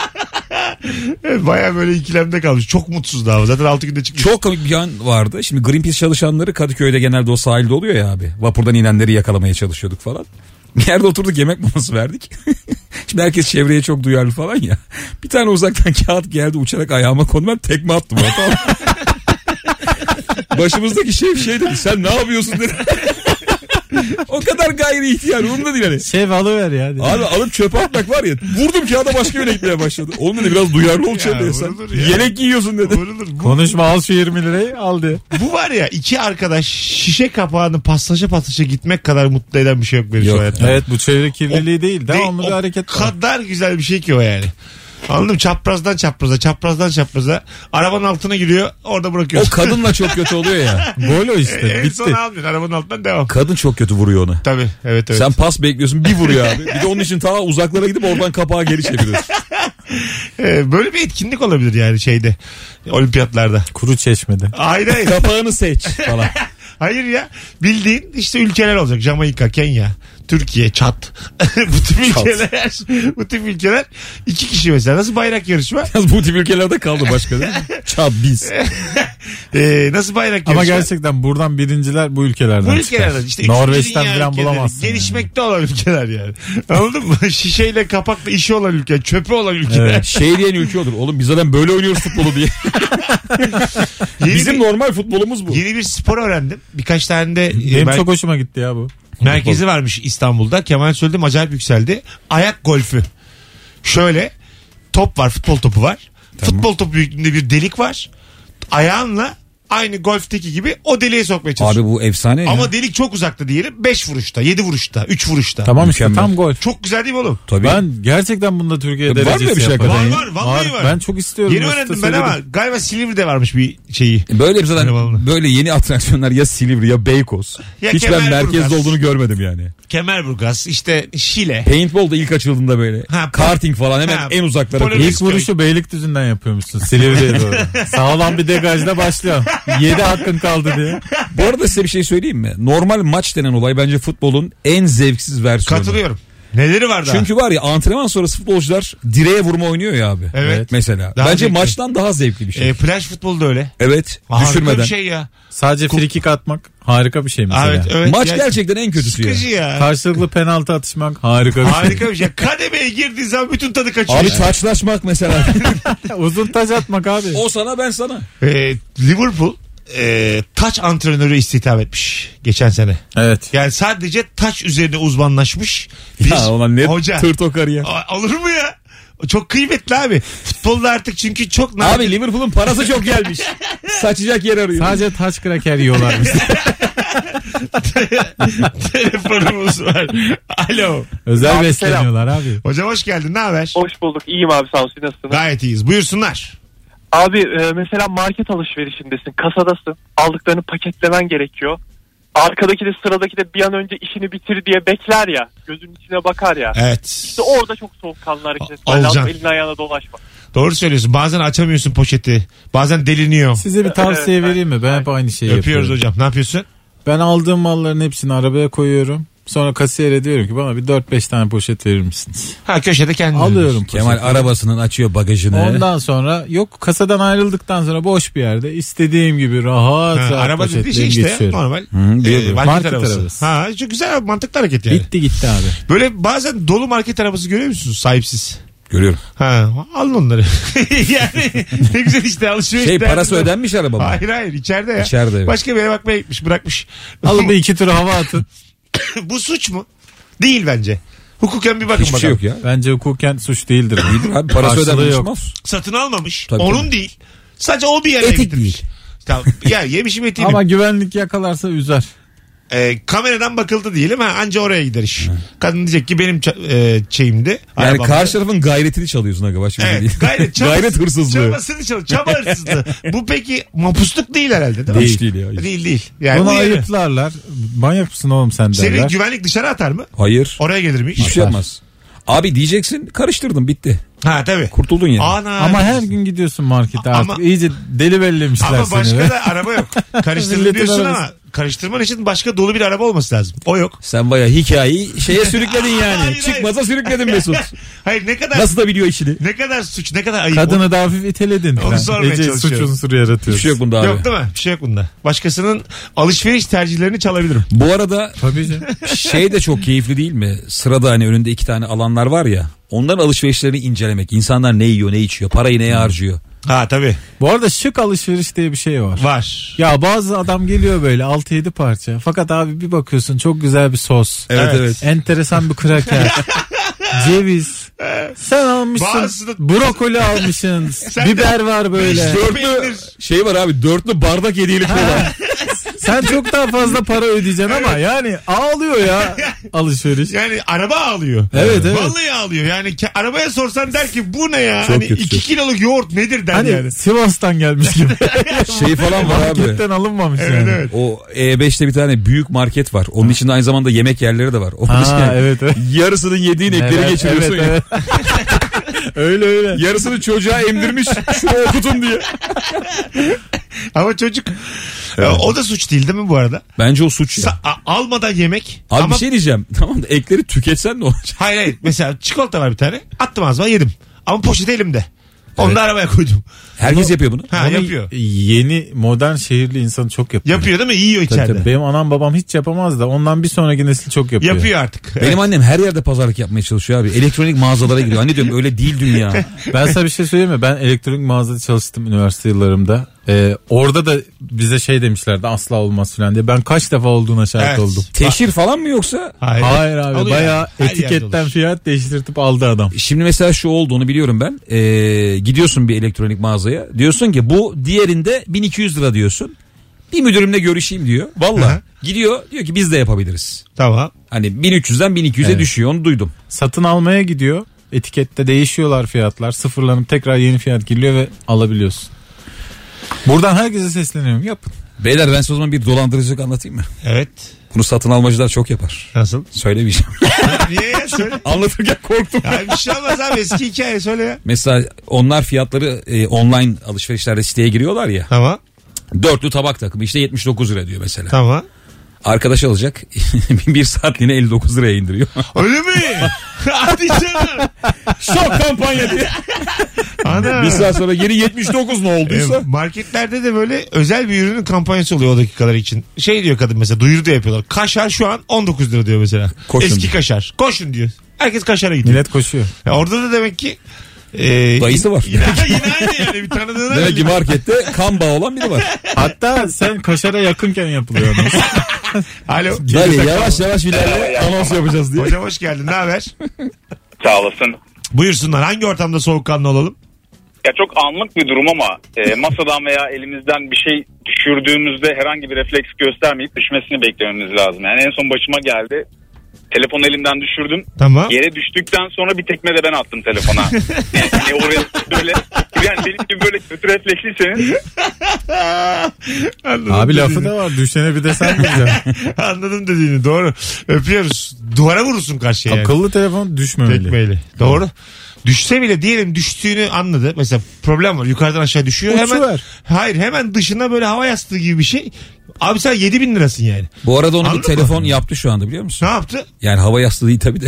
[SPEAKER 2] Baya böyle ikilemde kalmış. Çok mutsuzdu ama. Zaten 6 günde çıkmış.
[SPEAKER 3] Çok komik bir an vardı. Şimdi Greenpeace çalışanları Kadıköy'de genelde o sahilde oluyor ya abi. Vapurdan inenleri yakalamaya çalışıyorduk falan. Bir yerde oturduk yemek molası verdik. Şimdi herkes çevreye çok duyarlı falan ya. Bir tane uzaktan kağıt geldi uçarak ayağıma kondu ben tekme attım. ona, tamam. Başımızdaki şey şey dedi sen ne yapıyorsun dedi. o kadar gayri ihtiyar umurumda değil hani.
[SPEAKER 4] Şey alıver ya. diye.
[SPEAKER 3] Abi alıp çöpe atmak var ya vurdum kağıda başka yöne gitmeye başladı. Oğlum dedi biraz duyarlı ol
[SPEAKER 2] Ya,
[SPEAKER 3] çöpe ya, sen.
[SPEAKER 2] vurulur ya.
[SPEAKER 3] Yelek giyiyorsun dedi.
[SPEAKER 2] Vurulur. Bu-
[SPEAKER 4] Konuşma al şu 20 lirayı al diye.
[SPEAKER 2] Bu var ya iki arkadaş şişe kapağını paslaşa paslaşa gitmek kadar mutlu eden bir şey yok benim
[SPEAKER 3] Yok.
[SPEAKER 2] şu hayatta.
[SPEAKER 4] Evet bu çevre kirliliği değil.
[SPEAKER 2] Değil,
[SPEAKER 4] Devamlı bir
[SPEAKER 2] o
[SPEAKER 4] hareket var.
[SPEAKER 2] kadar güzel bir şey ki o yani. Anladın mı? Çaprazdan çapraza, çaprazdan çapraza. Arabanın altına giriyor, orada bırakıyor.
[SPEAKER 3] O kadınla çok kötü oluyor ya.
[SPEAKER 4] Gol o işte.
[SPEAKER 2] en
[SPEAKER 4] bitti.
[SPEAKER 2] son almıyorsun. Arabanın altından devam.
[SPEAKER 3] Kadın çok kötü vuruyor onu.
[SPEAKER 2] Tabii. Evet evet.
[SPEAKER 3] Sen pas bekliyorsun bir vuruyor abi. Bir de onun için ta uzaklara gidip oradan kapağı geri çeviriyorsun.
[SPEAKER 2] Ee, böyle bir etkinlik olabilir yani şeyde. Olimpiyatlarda.
[SPEAKER 4] Kuru çeşmede.
[SPEAKER 2] Hayır hayır.
[SPEAKER 3] Kapağını seç falan.
[SPEAKER 2] hayır ya. Bildiğin işte ülkeler olacak. Jamaika, Kenya, Türkiye, Çat. bu tip ülkeler. bu tip ülkeler. iki kişi mesela. Nasıl bayrak yarışma?
[SPEAKER 3] Yalnız bu tip ülkelerde kaldı başka değil mi? Çab biz.
[SPEAKER 2] Ee, nasıl bayrak
[SPEAKER 4] Ama
[SPEAKER 2] yarışma?
[SPEAKER 4] gerçekten buradan birinciler bu ülkelerden
[SPEAKER 2] Bu
[SPEAKER 4] çıkar.
[SPEAKER 2] ülkelerden işte
[SPEAKER 4] Norveç'ten
[SPEAKER 2] üçüncü dünya
[SPEAKER 4] falan
[SPEAKER 2] ülkeleri,
[SPEAKER 4] bulamazsın. yani.
[SPEAKER 2] Gelişmekte olan ülkeler yani. Anladın mı? Şişeyle kapakla işi olan ülke, çöpü olan ülke.
[SPEAKER 4] Evet.
[SPEAKER 3] Şey diyen ülke olur. Oğlum biz zaten böyle oynuyoruz futbolu diye.
[SPEAKER 2] Yeni,
[SPEAKER 3] Bizim
[SPEAKER 2] bir,
[SPEAKER 3] normal futbolumuz bu.
[SPEAKER 2] yeni bir spor öğrendim. Birkaç tane de e,
[SPEAKER 4] Benim
[SPEAKER 2] mer-
[SPEAKER 4] çok hoşuma gitti ya bu.
[SPEAKER 2] merkezi varmış İstanbul'da. Kemal söyledim acayip yükseldi. Ayak golfü. Şöyle top var, futbol topu var. Futbol topu büyüklüğünde bir delik var. Ayağınla aynı golfteki gibi o deliğe sokmaya çalışıyor.
[SPEAKER 3] Abi bu efsane ya.
[SPEAKER 2] Ama delik çok uzakta diyelim. 5 vuruşta, 7 vuruşta, 3 vuruşta.
[SPEAKER 4] Tamam işte
[SPEAKER 3] Mükemmel.
[SPEAKER 4] tam gol.
[SPEAKER 2] Çok güzel değil mi oğlum?
[SPEAKER 3] Tabii.
[SPEAKER 4] Ben gerçekten bunda Türkiye
[SPEAKER 3] Var mı
[SPEAKER 4] derecesi
[SPEAKER 3] öyle bir şey
[SPEAKER 4] yaparım.
[SPEAKER 2] hakikaten Var, ya? var, vallahi var.
[SPEAKER 4] Ben çok istiyorum.
[SPEAKER 2] Yeni
[SPEAKER 4] Mesut'a
[SPEAKER 2] öğrendim ben
[SPEAKER 4] söyledim.
[SPEAKER 2] ama galiba Silivri'de varmış bir şeyi.
[SPEAKER 3] Böyle şey zaten
[SPEAKER 2] Merhabalar.
[SPEAKER 3] böyle yeni atraksiyonlar ya Silivri ya Beykoz.
[SPEAKER 2] Ya
[SPEAKER 3] Hiç ben
[SPEAKER 2] Kemerburgaz.
[SPEAKER 3] merkezde olduğunu görmedim yani.
[SPEAKER 2] Kemerburgaz, işte Şile.
[SPEAKER 3] Paintball da ilk açıldığında böyle.
[SPEAKER 2] Ha,
[SPEAKER 3] Karting falan hemen
[SPEAKER 2] ha,
[SPEAKER 3] en uzaklara.
[SPEAKER 2] polo-
[SPEAKER 3] koyuyor.
[SPEAKER 4] İlk vuruşu Beylikdüzü'nden yapıyormuşsun. Silivri'ye doğru. Sağlam bir degajla başlıyor. 7 hakkın kaldı diye.
[SPEAKER 3] Bu arada size bir şey söyleyeyim mi? Normal maç denen olay bence futbolun en zevksiz versiyonu.
[SPEAKER 2] Katılıyorum. Neleri var daha?
[SPEAKER 3] Çünkü var ya antrenman sonrası futbolcular direğe vurma oynuyor ya abi.
[SPEAKER 2] Evet.
[SPEAKER 3] Mesela.
[SPEAKER 2] Daha
[SPEAKER 3] bence
[SPEAKER 2] zevkli.
[SPEAKER 3] maçtan daha zevkli bir şey.
[SPEAKER 2] E, plaj futbolu da öyle.
[SPEAKER 3] evet.
[SPEAKER 2] Harika
[SPEAKER 3] düşürmeden.
[SPEAKER 2] bir şey ya.
[SPEAKER 4] Sadece frikik atmak harika bir şey mesela.
[SPEAKER 2] Evet, evet.
[SPEAKER 3] Maç
[SPEAKER 2] Ya,
[SPEAKER 3] gerçekten en kötüsü ya.
[SPEAKER 2] Sıkıcı ya.
[SPEAKER 4] Karşılıklı penaltı atışmak harika bir
[SPEAKER 2] Harika bir şey. Kademeye girdiği zaman bütün tadı kaçıyor.
[SPEAKER 3] Abi taçlaşmak mesela.
[SPEAKER 4] şey. Uzun taç atmak abi.
[SPEAKER 3] o sana ben sana.
[SPEAKER 2] E, Liverpool e, taç antrenörü istihdam etmiş geçen sene.
[SPEAKER 4] Evet.
[SPEAKER 2] Yani sadece taç üzerine uzmanlaşmış bir
[SPEAKER 3] Ya ulan ne
[SPEAKER 2] hoca.
[SPEAKER 3] tırt o karı ya.
[SPEAKER 2] A- Olur mu ya? O Çok kıymetli abi. Futbolda artık çünkü çok nadir.
[SPEAKER 3] Abi Liverpool'un parası çok gelmiş. Saçacak yer arıyor.
[SPEAKER 4] Sadece taç kraker yiyorlar biz.
[SPEAKER 2] telefonumuz var. Alo.
[SPEAKER 4] Özel
[SPEAKER 7] Abi
[SPEAKER 4] besleniyorlar abi.
[SPEAKER 2] Hocam hoş geldin. Ne haber?
[SPEAKER 7] Hoş bulduk. İyiyim abi sağ olsun. Nasılsınız?
[SPEAKER 2] Gayet iyiyiz. Buyursunlar.
[SPEAKER 7] Abi e, mesela market alışverişindesin. Kasadasın. Aldıklarını paketlemen gerekiyor. Arkadaki de sıradaki de bir an önce işini bitir diye bekler ya. Gözünün içine bakar ya.
[SPEAKER 2] Evet.
[SPEAKER 7] İşte orada çok soğukkanlı hareket
[SPEAKER 2] Al-
[SPEAKER 7] etmen lazım.
[SPEAKER 2] alacaksın.
[SPEAKER 7] Elini ayağına dolaşma.
[SPEAKER 2] Doğru söylüyorsun. Bazen açamıyorsun poşeti. Bazen deliniyor.
[SPEAKER 4] Size bir tavsiye
[SPEAKER 7] Evet,
[SPEAKER 4] vereyim mi? Ben hep aynı şeyi
[SPEAKER 2] Öpüyoruz
[SPEAKER 4] yapıyorum.
[SPEAKER 2] hocam. Ne yapıyorsun?
[SPEAKER 4] Ben aldığım malların hepsini arabaya koyuyorum. Sonra kasiyere diyorum ki bana bir 4-5 tane poşet verir misiniz?
[SPEAKER 2] Ha köşede kendin.
[SPEAKER 4] Alıyorum poşeti.
[SPEAKER 3] Kemal arabasının açıyor bagajını.
[SPEAKER 4] Ondan sonra yok kasadan ayrıldıktan sonra boş bir yerde istediğim gibi rahat
[SPEAKER 2] Ha,
[SPEAKER 4] rahat
[SPEAKER 2] araba dediği şey
[SPEAKER 4] poşetlerimi
[SPEAKER 2] işte
[SPEAKER 4] geçiyorum.
[SPEAKER 2] normal.
[SPEAKER 3] biliyorum.
[SPEAKER 2] Ee, market,
[SPEAKER 4] Market
[SPEAKER 2] arabası.
[SPEAKER 4] arabası.
[SPEAKER 2] Ha, çok güzel mantıklı hareket yani.
[SPEAKER 4] Bitti gitti abi.
[SPEAKER 2] Böyle bazen dolu market arabası görüyor musunuz sahipsiz?
[SPEAKER 3] Görüyorum.
[SPEAKER 2] Ha, alın onları. yani ne güzel işte alışveriş.
[SPEAKER 3] Şey parası
[SPEAKER 2] derdinde.
[SPEAKER 3] ödenmiş araba mı?
[SPEAKER 2] Hayır hayır içeride ya.
[SPEAKER 3] İçeride, evet.
[SPEAKER 2] Başka bir yere bakmaya gitmiş bırakmış.
[SPEAKER 4] Alın bir iki tur hava atın.
[SPEAKER 2] Bu suç mu? Değil bence. Hukuken bir bakın
[SPEAKER 3] Hiçbir
[SPEAKER 2] bakalım.
[SPEAKER 3] şey yok ya.
[SPEAKER 4] Bence hukuken suç değildir. bu.
[SPEAKER 3] Abi parası
[SPEAKER 4] Karşılığı
[SPEAKER 3] ödenmiş
[SPEAKER 4] yok.
[SPEAKER 3] mi?
[SPEAKER 2] Satın almamış.
[SPEAKER 3] Tabii,
[SPEAKER 2] onun
[SPEAKER 3] tabii.
[SPEAKER 2] değil. Sadece o bir yere
[SPEAKER 3] Etik
[SPEAKER 2] getirmiş.
[SPEAKER 3] değil.
[SPEAKER 2] Tamam. Ya yemişim etiğim.
[SPEAKER 4] Ama güvenlik yakalarsa üzer.
[SPEAKER 2] Ee, kameradan bakıldı diyelim ha anca oraya gider iş. Kadın diyecek ki benim ça- e, şeyimdi.
[SPEAKER 3] Yani
[SPEAKER 2] arabamdı.
[SPEAKER 3] karşı tarafın gayretini çalıyorsun aga başka bir şey değil.
[SPEAKER 2] Evet, gayret, çabası,
[SPEAKER 3] Gayret hırsızlığı.
[SPEAKER 2] Çabasını çal, çaba hırsızlığı. Bu peki mapusluk değil herhalde değil mi?
[SPEAKER 3] Hiç değil ya.
[SPEAKER 2] Değil değil. Yani
[SPEAKER 4] Bunu
[SPEAKER 2] bu yere-
[SPEAKER 4] ayıplarlar. Manyak mısın oğlum sen
[SPEAKER 2] Seni
[SPEAKER 4] derler.
[SPEAKER 2] güvenlik dışarı atar mı?
[SPEAKER 3] Hayır.
[SPEAKER 2] Oraya gelir mi?
[SPEAKER 3] Hiçbir şey yapmaz. Abi diyeceksin karıştırdım bitti.
[SPEAKER 2] Ha tabii.
[SPEAKER 3] Kurtuldun yani.
[SPEAKER 2] Ana.
[SPEAKER 4] Ama her gün gidiyorsun markete artık.
[SPEAKER 2] Ama-
[SPEAKER 4] İyice deli bellemişler
[SPEAKER 2] ama
[SPEAKER 4] seni.
[SPEAKER 2] başka
[SPEAKER 4] be.
[SPEAKER 2] da araba yok. Karıştırdım
[SPEAKER 4] Milletin
[SPEAKER 2] diyorsun
[SPEAKER 4] arabası.
[SPEAKER 2] ama karıştırman için başka dolu bir araba olması lazım. O yok.
[SPEAKER 3] Sen baya hikayeyi şeye sürükledin yani.
[SPEAKER 2] Hayır,
[SPEAKER 3] Çıkmaza sürükledin Mesut.
[SPEAKER 2] Hayır ne kadar
[SPEAKER 3] Nasıl da biliyor işini.
[SPEAKER 2] ne kadar suç ne kadar ayıp.
[SPEAKER 4] Kadını da hafif iteledin.
[SPEAKER 2] Onu sormaya
[SPEAKER 4] Ece suç
[SPEAKER 2] çalışıyorum.
[SPEAKER 4] unsuru yaratıyorsun.
[SPEAKER 3] Bir şey yok bunda abi.
[SPEAKER 2] Yok değil mi? Bir şey yok bunda. Başkasının alışveriş tercihlerini çalabilirim.
[SPEAKER 3] Bu arada
[SPEAKER 4] Tabii canım.
[SPEAKER 3] şey de çok keyifli değil mi? Sırada hani önünde iki tane alanlar var ya. Onların alışverişlerini incelemek. İnsanlar ne yiyor ne içiyor. Parayı neye harcıyor.
[SPEAKER 2] Ha tabii.
[SPEAKER 4] Bu arada şık alışveriş diye bir şey var.
[SPEAKER 2] Var.
[SPEAKER 4] Ya bazı adam geliyor böyle 6-7 parça. Fakat abi bir bakıyorsun çok güzel bir sos.
[SPEAKER 2] Evet, evet.
[SPEAKER 4] Enteresan bir kraker. ceviz. Sen almışsın.
[SPEAKER 2] Bazısı da-
[SPEAKER 4] Brokoli almışsın.
[SPEAKER 2] Sen de-
[SPEAKER 4] biber var böyle.
[SPEAKER 2] Beş-
[SPEAKER 3] Dörtlü
[SPEAKER 2] Peynir.
[SPEAKER 3] şey var abi dörtlü bardak hediyelik var.
[SPEAKER 4] Sen çok daha fazla para ödeyeceksin ama yani ağlıyor ya alışveriş.
[SPEAKER 2] Yani araba ağlıyor.
[SPEAKER 4] Evet, evet.
[SPEAKER 2] Vallahi ağlıyor. Yani ke- arabaya sorsan der ki bu ne ya?
[SPEAKER 3] Çok
[SPEAKER 2] hani
[SPEAKER 3] kötü.
[SPEAKER 2] 2 kiloluk yoğurt nedir der
[SPEAKER 4] Hani
[SPEAKER 2] yani.
[SPEAKER 4] Sivas'tan gelmiş gibi.
[SPEAKER 3] Şey falan var abi.
[SPEAKER 4] Marketten alınmamış
[SPEAKER 2] Evet
[SPEAKER 4] yani.
[SPEAKER 2] evet.
[SPEAKER 3] O E5'te bir tane büyük market var. Onun içinde aynı zamanda yemek yerleri de var. Onun
[SPEAKER 4] Ha,
[SPEAKER 3] içinde
[SPEAKER 4] evet evet.
[SPEAKER 3] yarısının yediğin ekleri
[SPEAKER 4] Evet,
[SPEAKER 3] geçiriyorsun ya.
[SPEAKER 4] evet, evet. öyle öyle.
[SPEAKER 3] Yarısını çocuğa emdirmiş. Şunu okutun diye.
[SPEAKER 2] Ama çocuk e, o da suç değil değil mi bu arada?
[SPEAKER 3] Bence o suç ya.
[SPEAKER 2] Sa- a- almadan yemek.
[SPEAKER 3] Abi
[SPEAKER 2] ama
[SPEAKER 3] bir şey diyeceğim. Tamam da ekleri tüketsen ne olacak?
[SPEAKER 2] Hayır hayır. Mesela çikolata var bir tane. Attım ağzıma yedim. Ama poşet elimde. Onu da arabaya koydum.
[SPEAKER 3] Herkes yapıyor bunu.
[SPEAKER 2] Ha
[SPEAKER 4] Bunu
[SPEAKER 2] yapıyor.
[SPEAKER 4] Yeni modern şehirli insan çok yapıyor.
[SPEAKER 2] Yapıyor değil mi? Yiyor
[SPEAKER 4] Tabii
[SPEAKER 2] içeride.
[SPEAKER 4] tabii. Benim anam babam hiç yapamaz da ondan bir sonraki nesil çok yapıyor.
[SPEAKER 2] Yapıyor artık.
[SPEAKER 3] Benim annem her yerde pazarlık yapmaya çalışıyor abi. Elektronik mağazalara giriyor. Anne diyorum öyle değil dünya.
[SPEAKER 4] Ben sana bir şey söyleyeyim mi? Ben elektronik mağazada çalıştım üniversite yıllarımda. Ee, orada da bize şey demişlerdi asla olmaz falan diye. Ben kaç defa olduğuna şahit
[SPEAKER 2] Evet.
[SPEAKER 4] oldum.
[SPEAKER 3] Teşhir falan mı yoksa?
[SPEAKER 2] Hayır,
[SPEAKER 4] Hayır abi
[SPEAKER 2] Oluyor.
[SPEAKER 4] bayağı
[SPEAKER 2] Her yerde
[SPEAKER 4] etiketten
[SPEAKER 2] olur.
[SPEAKER 4] fiyat değiştirtip aldı adam.
[SPEAKER 3] Şimdi mesela şu oldu onu biliyorum ben. Ee, gidiyorsun bir elektronik mağazaya. Diyorsun ki bu diğerinde 1200 lira diyorsun. Bir müdürümle görüşeyim diyor.
[SPEAKER 2] Hı hı.
[SPEAKER 3] Valla gidiyor diyor ki biz de yapabiliriz.
[SPEAKER 2] Tamam.
[SPEAKER 3] Hani 1300'den 1200'e
[SPEAKER 4] Evet.
[SPEAKER 3] düşüyor onu duydum.
[SPEAKER 4] Satın almaya gidiyor. Etikette değişiyorlar fiyatlar. Sıfırlanıp tekrar yeni fiyat giriliyor ve alabiliyorsun. Buradan herkese sesleniyorum. Yapın.
[SPEAKER 3] Beyler ben size o zaman bir dolandırıcılık anlatayım mı?
[SPEAKER 2] Evet.
[SPEAKER 3] Bunu satın almacılar çok yapar.
[SPEAKER 2] Nasıl?
[SPEAKER 3] Söylemeyeceğim.
[SPEAKER 2] Niye ya? Söyle.
[SPEAKER 3] Anlatırken korktum.
[SPEAKER 2] Ya bir şey olmaz abi eski hikaye söyle ya.
[SPEAKER 3] Mesela onlar fiyatları e, online alışverişlerde siteye giriyorlar ya.
[SPEAKER 2] Tamam.
[SPEAKER 3] Dörtlü tabak takımı işte 79 lira diyor mesela.
[SPEAKER 2] Tamam.
[SPEAKER 3] Arkadaş alacak bir saatliğine 59 liraya indiriyor.
[SPEAKER 2] Öyle mi? Hadi canım.
[SPEAKER 3] Şok kampanya diye.
[SPEAKER 2] Ana.
[SPEAKER 3] bir saat sonra geri 79 ne
[SPEAKER 2] E,
[SPEAKER 3] olduysa.
[SPEAKER 2] marketlerde de böyle özel bir ürünün kampanyası oluyor o dakikalar için. Şey diyor kadın mesela duyuru da yapıyorlar. Kaşar şu an 19 lira diyor mesela.
[SPEAKER 3] Koşun
[SPEAKER 2] Eski
[SPEAKER 3] diyor.
[SPEAKER 2] kaşar. Koşun diyor. Herkes kaşara gidiyor.
[SPEAKER 4] Millet koşuyor.
[SPEAKER 2] Ya orada da demek ki e,
[SPEAKER 3] Dayısı var.
[SPEAKER 2] Yine, yine aynı yani bir tanıdığına
[SPEAKER 3] Demek ki
[SPEAKER 2] belli.
[SPEAKER 3] markette kan bağı olan biri var.
[SPEAKER 4] Hatta sen kaşara yakınken yapılıyor. anons.
[SPEAKER 2] Alo.
[SPEAKER 3] Dayı yavaş yavaş ilerle anons yapacağız diye.
[SPEAKER 2] Hocam hoş geldin. Ne haber?
[SPEAKER 9] Sağ olasın.
[SPEAKER 2] Buyursunlar. Hangi ortamda soğukkanlı olalım?
[SPEAKER 9] Ya çok anlık bir durum ama e, masadan veya elimizden bir şey düşürdüğümüzde herhangi bir refleks göstermeyip düşmesini beklememiz lazım. Yani en son başıma geldi. Telefonu elimden düşürdüm.
[SPEAKER 2] Tamam.
[SPEAKER 9] Yere düştükten sonra bir tekme de ben attım telefona. yani, hani o refleks böyle yani benim gibi böyle kötü refleksiyseniz
[SPEAKER 2] Ah, Anladım
[SPEAKER 4] Abi lafı
[SPEAKER 2] dediğini.
[SPEAKER 4] da var. Düşene bir de sen vuracaksın.
[SPEAKER 2] Anladım dediğini. Doğru. Öpüyoruz. Duvara vurursun karşıya. yani.
[SPEAKER 4] Akıllı telefon düşmemeli.
[SPEAKER 2] Tekmeyle. Doğru. Düşse bile diyelim düştüğünü anladı. Mesela problem var. Yukarıdan aşağı düşüyor. Hemen,
[SPEAKER 4] Uçuver.
[SPEAKER 2] hayır hemen dışına böyle hava yastığı gibi bir şey. Abi sen 7 bin lirasın yani.
[SPEAKER 3] Bu arada onu
[SPEAKER 2] Anladın
[SPEAKER 3] bir
[SPEAKER 2] mı?
[SPEAKER 3] telefon yaptı şu anda biliyor
[SPEAKER 2] Ne
[SPEAKER 3] musun?
[SPEAKER 2] yaptı?
[SPEAKER 3] Yani hava yastığı değil tabii de.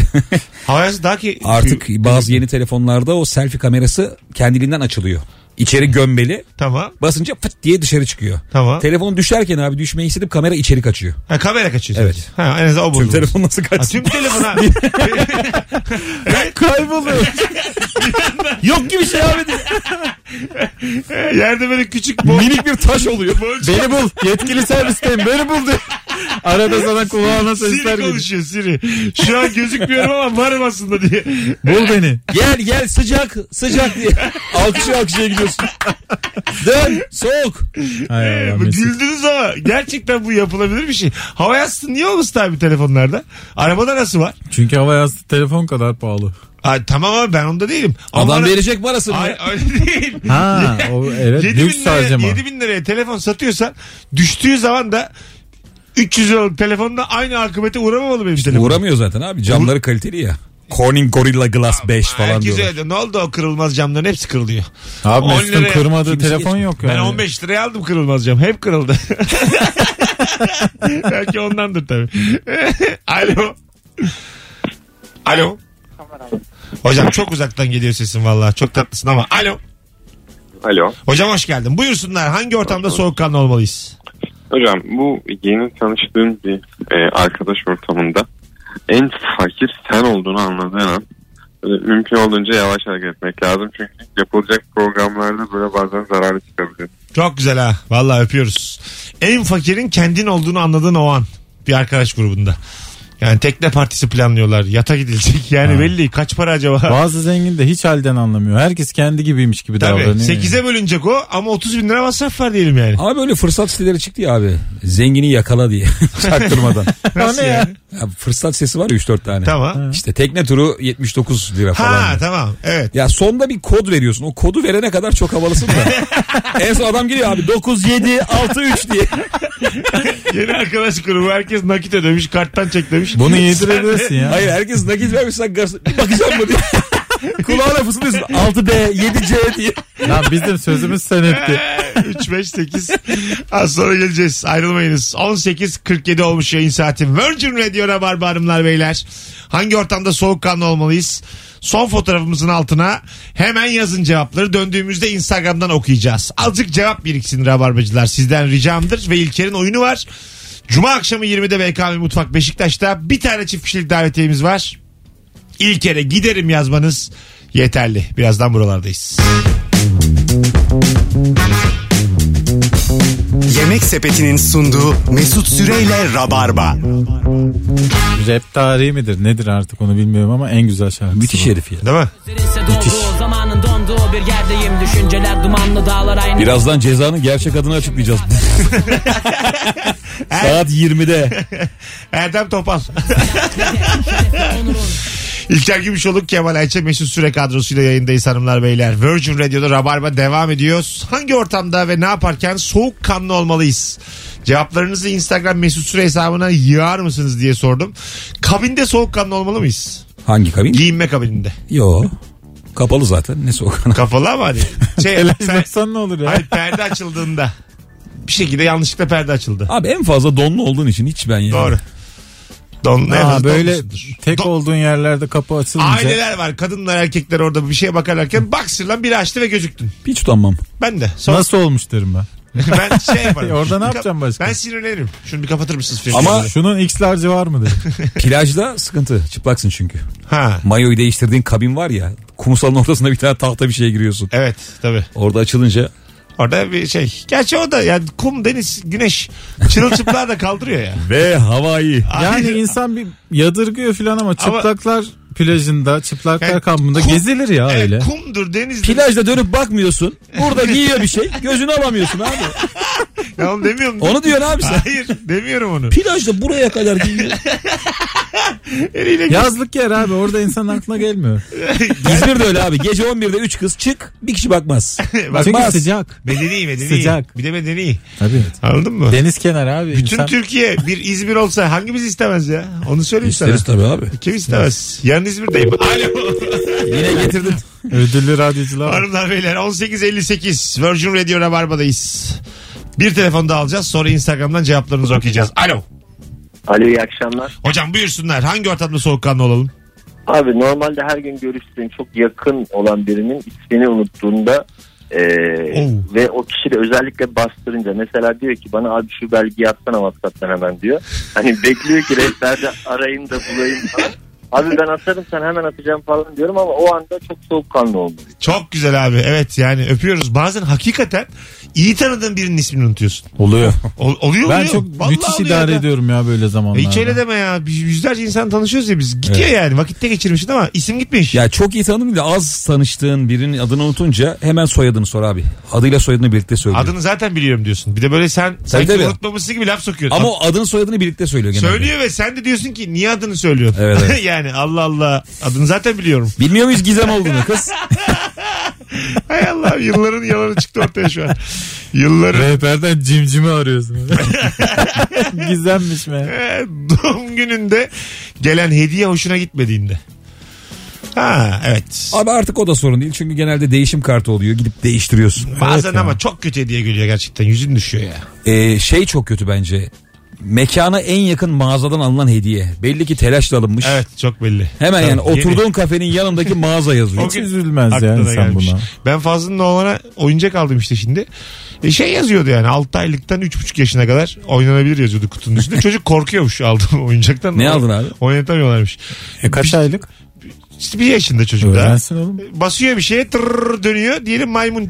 [SPEAKER 2] Hava yastığı daha ki...
[SPEAKER 3] Artık bazı yeni telefonlarda o selfie kamerası kendiliğinden açılıyor. İçeri gömbeli
[SPEAKER 2] Tamam.
[SPEAKER 3] basınca fıt diye dışarı çıkıyor.
[SPEAKER 2] Tamam.
[SPEAKER 3] Telefon düşerken abi düşmeyi hissedip kamera içeri kaçıyor.
[SPEAKER 2] Ha, kamera kaçıyor.
[SPEAKER 3] Evet.
[SPEAKER 2] sadece. Ha, en azından o
[SPEAKER 3] Tüm
[SPEAKER 2] bozulmuş.
[SPEAKER 3] telefon nasıl
[SPEAKER 2] Ha,
[SPEAKER 3] kaçsın?
[SPEAKER 2] tüm telefon ha.
[SPEAKER 4] Kayboluyor.
[SPEAKER 3] Yok gibi şey abi.
[SPEAKER 2] Yerde böyle küçük bol...
[SPEAKER 3] Minik bir taş oluyor.
[SPEAKER 4] Beni bul. Yetkili servisteyim. Beni bul diyor. Arada sana kulağına sesler
[SPEAKER 2] Siri
[SPEAKER 4] geliyor.
[SPEAKER 2] konuşuyor Siri. Şu an gözükmüyorum ama varım aslında diye.
[SPEAKER 4] Bul beni.
[SPEAKER 3] Gel gel sıcak sıcak diye. Alkışa alkışa gidiyorsun. Dön soğuk.
[SPEAKER 4] Hay
[SPEAKER 2] Ee,
[SPEAKER 4] Allah, Mesut.
[SPEAKER 2] Güldünüz ama gerçekten bu yapılabilir bir şey. Hava yastığı niye olmasın abi telefonlarda? Arabada nasıl var?
[SPEAKER 4] Çünkü hava yastığı telefon kadar pahalı.
[SPEAKER 2] Ay, tamam abi ben onda değilim. Ama
[SPEAKER 3] Adam
[SPEAKER 2] bana-
[SPEAKER 3] verecek parasını.
[SPEAKER 2] Ay, öyle değil.
[SPEAKER 4] Ha, o, evet
[SPEAKER 2] 7 bin,
[SPEAKER 4] lüks
[SPEAKER 2] liraya,
[SPEAKER 4] harcama.
[SPEAKER 2] 7 bin liraya telefon satıyorsan düştüğü zaman da 300 liralık telefonda aynı akıbete uğramamalı benim telefonum.
[SPEAKER 3] Uğramıyor zaten abi camları kaliteli ya. Corning Gorilla Glass 5 falan
[SPEAKER 2] Herkes
[SPEAKER 3] diyorlar.
[SPEAKER 2] öyle diyor. Ne oldu o kırılmaz camların hepsi kırılıyor.
[SPEAKER 4] Abi
[SPEAKER 2] 10
[SPEAKER 4] Mesut'un
[SPEAKER 2] liraya-
[SPEAKER 4] kırmadığı
[SPEAKER 3] Kimse
[SPEAKER 4] telefon
[SPEAKER 3] geçmiyor.
[SPEAKER 4] yok
[SPEAKER 2] Ben
[SPEAKER 4] yani.
[SPEAKER 2] 15 liraya aldım kırılmaz cam. Hep kırıldı. Belki ondandır tabii. Alo. Alo. Hocam çok uzaktan geliyor sesin valla. Çok tatlısın ama. Alo.
[SPEAKER 10] Alo.
[SPEAKER 2] Hocam hoş geldin. Buyursunlar. Hangi ortamda soğukkanlı olmalıyız?
[SPEAKER 10] Hocam bu yeni tanıştığım bir e, arkadaş ortamında en fakir sen olduğunu anladığın an böyle mümkün olduğunca yavaş hareket etmek lazım. Çünkü yapılacak programlarda böyle bazen zararlı çıkabilir.
[SPEAKER 2] Çok güzel ha. Valla öpüyoruz. En fakirin kendin olduğunu anladığın o an. Bir arkadaş grubunda. Yani tekne partisi planlıyorlar. Yata gidilecek. Yani belli. Kaç para acaba?
[SPEAKER 4] Bazı zengin de hiç halden anlamıyor. Herkes kendi gibiymiş gibi
[SPEAKER 2] Tabii.
[SPEAKER 4] davranıyor.
[SPEAKER 2] 8'e bölünecek o ama 30 bin lira masraf var diyelim yani.
[SPEAKER 3] Abi böyle fırsat siteleri çıktı ya abi. Zengini yakala diye çaktırmadan.
[SPEAKER 2] Nasıl yani?
[SPEAKER 3] Ya fırsat sesi var ya 3-4 tane.
[SPEAKER 2] Tamam.
[SPEAKER 3] İşte tekne turu 79 lira falan.
[SPEAKER 2] Ha tamam. Evet.
[SPEAKER 3] Ya sonda bir kod veriyorsun. O kodu verene kadar çok havalısın da. en son adam geliyor abi 9763 diye.
[SPEAKER 2] Yeni arkadaş grubu herkes nakit ödemiş, karttan çek demiş.
[SPEAKER 4] Bunu yedirebilirsin ya.
[SPEAKER 3] Hayır herkes nakit vermiş sen garson- bakacağım mı diye. Kulağına fısıldıyorsun 6D 7C diye.
[SPEAKER 4] Lan bizim sözümüz senetti.
[SPEAKER 2] 3 5 8 Az sonra geleceğiz. Ayrılmayınız. 18.47 olmuş yayın saati. Virgin Radio Rabarba Hanımlar Beyler. Hangi ortamda soğukkanlı olmalıyız? Son fotoğrafımızın altına hemen yazın cevapları. Döndüğümüzde Instagram'dan okuyacağız. Azıcık cevap biriksin Rabarbacılar. Sizden ricamdır ve İlker'in oyunu var. Cuma akşamı 20'de BKM Mutfak Beşiktaş'ta bir tane çift kişilik davetiyemiz var. İlker'e giderim yazmanız yeterli. Birazdan buralardayız.
[SPEAKER 1] Yemek Sepeti'nin sunduğu Mesut Süreyle Rabarba.
[SPEAKER 4] Rap tarihi midir nedir artık onu bilmiyorum ama en güzel şarkısı.
[SPEAKER 3] Müthiş
[SPEAKER 4] bu.
[SPEAKER 3] herif ya.
[SPEAKER 2] Değil mi?
[SPEAKER 4] Müthiş.
[SPEAKER 11] Zamanın donduğu bir yerdeyim Düşünceler dumanlı dağlar aynı
[SPEAKER 3] Birazdan cezanın gerçek adını açıklayacağız. Saat 20'de.
[SPEAKER 2] Erdem Topal. İlker Gümüşoluk, Kemal Ayça, Mesut Süre kadrosuyla yayındayız hanımlar beyler. Virgin Radio'da Rabarba devam ediyor. Hangi ortamda ve ne yaparken soğukkanlı olmalıyız? Cevaplarınızı Instagram Mesut Süre hesabına yığar mısınız diye sordum. Kabinde soğukkanlı olmalı mıyız?
[SPEAKER 3] Hangi kabin?
[SPEAKER 2] Giyinme kabininde.
[SPEAKER 3] Yo. Kapalı zaten. Ne soğuk.
[SPEAKER 2] Kafalı ama hani. Şey,
[SPEAKER 4] Helal
[SPEAKER 2] per-
[SPEAKER 4] yapsan ne olur ya.
[SPEAKER 2] hayır, perde açıldığında. bir şekilde yanlışlıkla perde açıldı.
[SPEAKER 3] Abi en fazla donlu olduğun için hiç ben yani.
[SPEAKER 2] Doğru. Don, en
[SPEAKER 4] Aa,
[SPEAKER 2] fazla
[SPEAKER 4] böyle
[SPEAKER 2] donmuşsundur.
[SPEAKER 4] tek olduğun yerlerde kapı açılınca.
[SPEAKER 2] Aileler var. Kadınlar erkekler orada bir şeye bakarlarken baksırlan biri açtı ve gözüktün.
[SPEAKER 3] Hiç utanmam.
[SPEAKER 2] Ben de. Sonra
[SPEAKER 4] Nasıl olmuş derim ben.
[SPEAKER 2] ben şey yaparım.
[SPEAKER 4] Orada ne
[SPEAKER 2] Kap-
[SPEAKER 4] yapacağım başka?
[SPEAKER 2] Ben sinirlenirim. Şunu bir kapatır mısınız? filmi?
[SPEAKER 3] Ama-
[SPEAKER 4] Şunun X large'ı var mı derim.
[SPEAKER 3] Plajda sıkıntı. Çıplaksın çünkü.
[SPEAKER 2] ha.
[SPEAKER 3] Mayoyu değiştirdiğin kabin var ya. Kumsalın ortasında bir tane tahta bir şeye giriyorsun.
[SPEAKER 2] Evet tabii.
[SPEAKER 3] Orada açılınca
[SPEAKER 2] Orada bir şey. Gerçi o da yani kum, deniz, güneş. Çırılçıplar da kaldırıyor ya.
[SPEAKER 3] ve havai.
[SPEAKER 4] Yani
[SPEAKER 2] Aynen.
[SPEAKER 4] insan bir yadırgıyor filan ama çıplaklar plajında, çıplaklar
[SPEAKER 2] Yani
[SPEAKER 4] kampında
[SPEAKER 2] kum-
[SPEAKER 4] gezilir ya
[SPEAKER 2] Evet,
[SPEAKER 4] öyle.
[SPEAKER 2] kumdur, denizdir.
[SPEAKER 3] Plajda dönüp bakmıyorsun. Burada giyiyor bir şey. Gözünü alamıyorsun abi.
[SPEAKER 2] Ya oğlum demiyorum.
[SPEAKER 3] Onu diyorsun abi sen.
[SPEAKER 2] Hayır demiyorum onu.
[SPEAKER 3] Plajda buraya kadar giyiyor.
[SPEAKER 2] Eliyle
[SPEAKER 4] Yazlık yer abi orada insan aklına gelmiyor.
[SPEAKER 3] İzmir'de öyle abi. Gece 11'de 3 kız çık. Bir kişi bakmaz.
[SPEAKER 4] Çünkü
[SPEAKER 3] Bakmaz.
[SPEAKER 4] sıcak.
[SPEAKER 2] Medeni medeni.
[SPEAKER 4] Sıcak.
[SPEAKER 2] Bir de medeni.
[SPEAKER 4] Tabii.
[SPEAKER 2] Anladın mı?
[SPEAKER 4] Deniz kenarı abi.
[SPEAKER 2] Tüm
[SPEAKER 4] insan-
[SPEAKER 2] Türkiye bir İzmir olsa hangimiz istemez ya? Onu söyleyeyim
[SPEAKER 3] İsteriz
[SPEAKER 2] sana.
[SPEAKER 3] tabii abi.
[SPEAKER 2] Kim istemez? Yarın İzmir'deyim. Alo.
[SPEAKER 3] Yine getirdin.
[SPEAKER 4] Ödüllü radyocular. var.
[SPEAKER 2] Hanımlar beyler 18.58 Virgin Radio Rabarba'dayız. Bir telefon daha alacağız sonra Instagram'dan cevaplarınızı okuyacağız. Alo.
[SPEAKER 12] Alo iyi akşamlar.
[SPEAKER 2] Hocam buyursunlar hangi ortamda soğukkanlı olalım?
[SPEAKER 12] Abi normalde her gün görüştüğün çok yakın olan birinin ismini unuttuğunda e,
[SPEAKER 2] Oo.
[SPEAKER 12] ve o kişi de özellikle bastırınca mesela diyor ki bana abi şu belgeyi atsana WhatsApp'tan hemen diyor. Hani bekliyor ki rehberde arayayım da bulayım falan. Abi ben atarım sen hemen atacağım falan diyorum ama o anda çok soğukkanlı oldu.
[SPEAKER 2] Çok güzel abi evet yani öpüyoruz. Bazen hakikaten iyi tanıdığın birinin ismini unutuyorsun.
[SPEAKER 3] Oluyor.
[SPEAKER 2] Ol- oluyor
[SPEAKER 4] Ben
[SPEAKER 2] oluyor.
[SPEAKER 4] çok
[SPEAKER 2] Vallahi
[SPEAKER 4] müthiş
[SPEAKER 2] oluyor
[SPEAKER 4] idare
[SPEAKER 2] ya.
[SPEAKER 4] ediyorum ya böyle
[SPEAKER 2] E
[SPEAKER 4] zamanlarda.
[SPEAKER 2] hiç öyle deme ya. Biz yüzlerce insan tanışıyoruz ya biz. Gidiyor yani. Vakitte geçirmişsin ama isim gitmiş.
[SPEAKER 3] Ya çok iyi tanıdın da az tanıştığın birinin adını unutunca hemen soyadını sor abi. Adıyla soyadını birlikte söylüyor.
[SPEAKER 2] Adını zaten biliyorum diyorsun. Bir de böyle sen sanki
[SPEAKER 3] tabii.
[SPEAKER 2] unutmamışsın gibi laf sokuyorsun.
[SPEAKER 3] Ama o adın soyadını birlikte söylüyor genelde.
[SPEAKER 2] Söylüyor ve sen de diyorsun ki niye adını söylüyorsun?
[SPEAKER 3] Evet, evet.
[SPEAKER 2] yani Allah Allah adını zaten biliyorum.
[SPEAKER 3] Bilmiyor muyuz gizem olduğunu kız?
[SPEAKER 2] Hay Allah yılların yalanı çıktı ortaya şu an. Yılların
[SPEAKER 4] Rehberden cimcimi arıyorsun. Gizemmiş mi?
[SPEAKER 2] Ee, doğum gününde gelen hediye hoşuna gitmediğinde. Ha evet.
[SPEAKER 3] abi artık o da sorun değil. Çünkü genelde değişim kartı oluyor. Gidip değiştiriyorsun.
[SPEAKER 2] Bazen ama çok kötü hediye geliyor gerçekten. Yüzün düşüyor ya.
[SPEAKER 3] Ee, şey çok kötü bence. Mekana en yakın mağazadan alınan hediye. Belli ki telaşla alınmış.
[SPEAKER 2] Evet çok belli.
[SPEAKER 3] Hemen yani
[SPEAKER 2] Tabii, yeni.
[SPEAKER 3] oturduğun kafenin yanındaki mağaza yazıyor.
[SPEAKER 4] Hiç üzülmez
[SPEAKER 2] Aklına
[SPEAKER 4] yani sen
[SPEAKER 2] gelmiş.
[SPEAKER 4] buna.
[SPEAKER 2] Ben Fazlı'nın oğlana oyuncak aldım işte şimdi. E şey yazıyordu yani 6 aylıktan 3,5 yaşına kadar oynanabilir yazıyordu kutunun üstünde. Çocuk korkuyormuş aldığım oyuncaktan.
[SPEAKER 3] Ne aldın abi?
[SPEAKER 2] Oynatamıyorlarmış.
[SPEAKER 4] E kaç aylık?
[SPEAKER 2] İşte bir yaşında çocuk daha. E,
[SPEAKER 4] Öğrensin oğlum.
[SPEAKER 2] Basıyor bir şeye tırrrr dönüyor. Diyelim maymun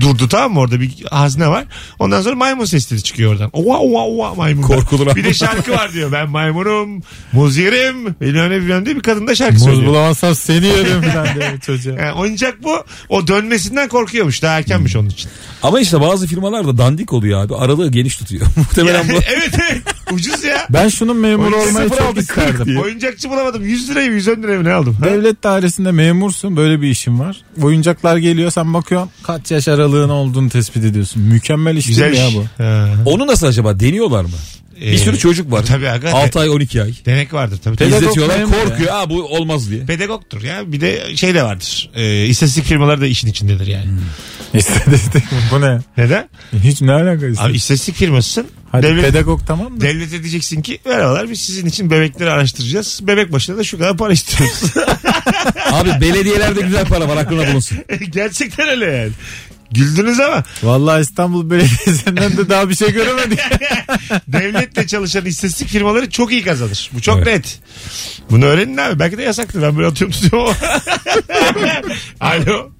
[SPEAKER 2] durdu tamam mı orada bir hazne var. Ondan sonra maymun sesleri çıkıyor oradan. Ova ova ova maymun.
[SPEAKER 3] Korkulur abi.
[SPEAKER 2] Bir de şarkı var diyor. Ben maymunum, muz yerim, bilmem ne bilmem ne bir kadın da şarkı
[SPEAKER 4] Muz
[SPEAKER 2] söylüyor.
[SPEAKER 4] bulamazsam seni yerim falan diye çocuğa.
[SPEAKER 2] Yani oyuncak bu. O dönmesinden korkuyormuş. Daha erkenmiş onun için.
[SPEAKER 3] Ama işte bazı firmalar da dandik oluyor abi. Aralığı geniş tutuyor. Muhtemelen bu.
[SPEAKER 2] Yani evet evet. Ucuz ya.
[SPEAKER 4] Ben şunun memuru
[SPEAKER 2] Oyuncu
[SPEAKER 4] olmayı
[SPEAKER 2] sıfır
[SPEAKER 4] çok
[SPEAKER 2] aldı,
[SPEAKER 4] isterdim.
[SPEAKER 2] Oyuncakçı bulamadım. 100 lirayı 110 lirayı mı ne aldım? Ha?
[SPEAKER 4] Devlet dairesinde memursun böyle bir işin var. Oyuncaklar geliyor sen bakıyorsun kaç yaş aralığın olduğunu tespit ediyorsun. Mükemmel iş
[SPEAKER 2] Güzel
[SPEAKER 4] değil mi
[SPEAKER 2] iş.
[SPEAKER 4] ya bu.
[SPEAKER 2] Ha.
[SPEAKER 3] Onu nasıl acaba deniyorlar mı?
[SPEAKER 2] Ee,
[SPEAKER 3] bir sürü çocuk var.
[SPEAKER 2] Tabii aga.
[SPEAKER 3] 6 ay 12 ay.
[SPEAKER 2] Denek vardır tabii. tabii.
[SPEAKER 4] Pedagog
[SPEAKER 3] İzletiyorlar
[SPEAKER 4] memur ya.
[SPEAKER 3] korkuyor. Aa bu olmaz diye.
[SPEAKER 2] Pedagogtur ya. Bir de şey de vardır. Ee, istatistik firmaları da işin içindedir yani.
[SPEAKER 3] Hmm.
[SPEAKER 4] İstatistik bu ne?
[SPEAKER 2] Neden?
[SPEAKER 4] Hiç ne alakası?
[SPEAKER 2] Abi istatistik firmasısın.
[SPEAKER 4] Hadi
[SPEAKER 2] devlet,
[SPEAKER 4] pedagog tamam da.
[SPEAKER 2] devlete diyeceksin ki merhabalar biz sizin için bebekleri araştıracağız. Bebek başına da şu kadar para istiyoruz.
[SPEAKER 3] Abi belediyelerde güzel para var aklına bulunsun.
[SPEAKER 2] Gerçekten öyle yani. Güldünüz ama
[SPEAKER 4] Vallahi İstanbul Belediyesi'nden de daha bir şey göremedik.
[SPEAKER 2] devletle çalışan istatistik firmaları çok iyi kazanır. Bu çok
[SPEAKER 3] Evet.
[SPEAKER 2] net. Bunu öğrenin abi. Belki de yasaktır. Ben böyle atıyorum tutuyorum. Alo.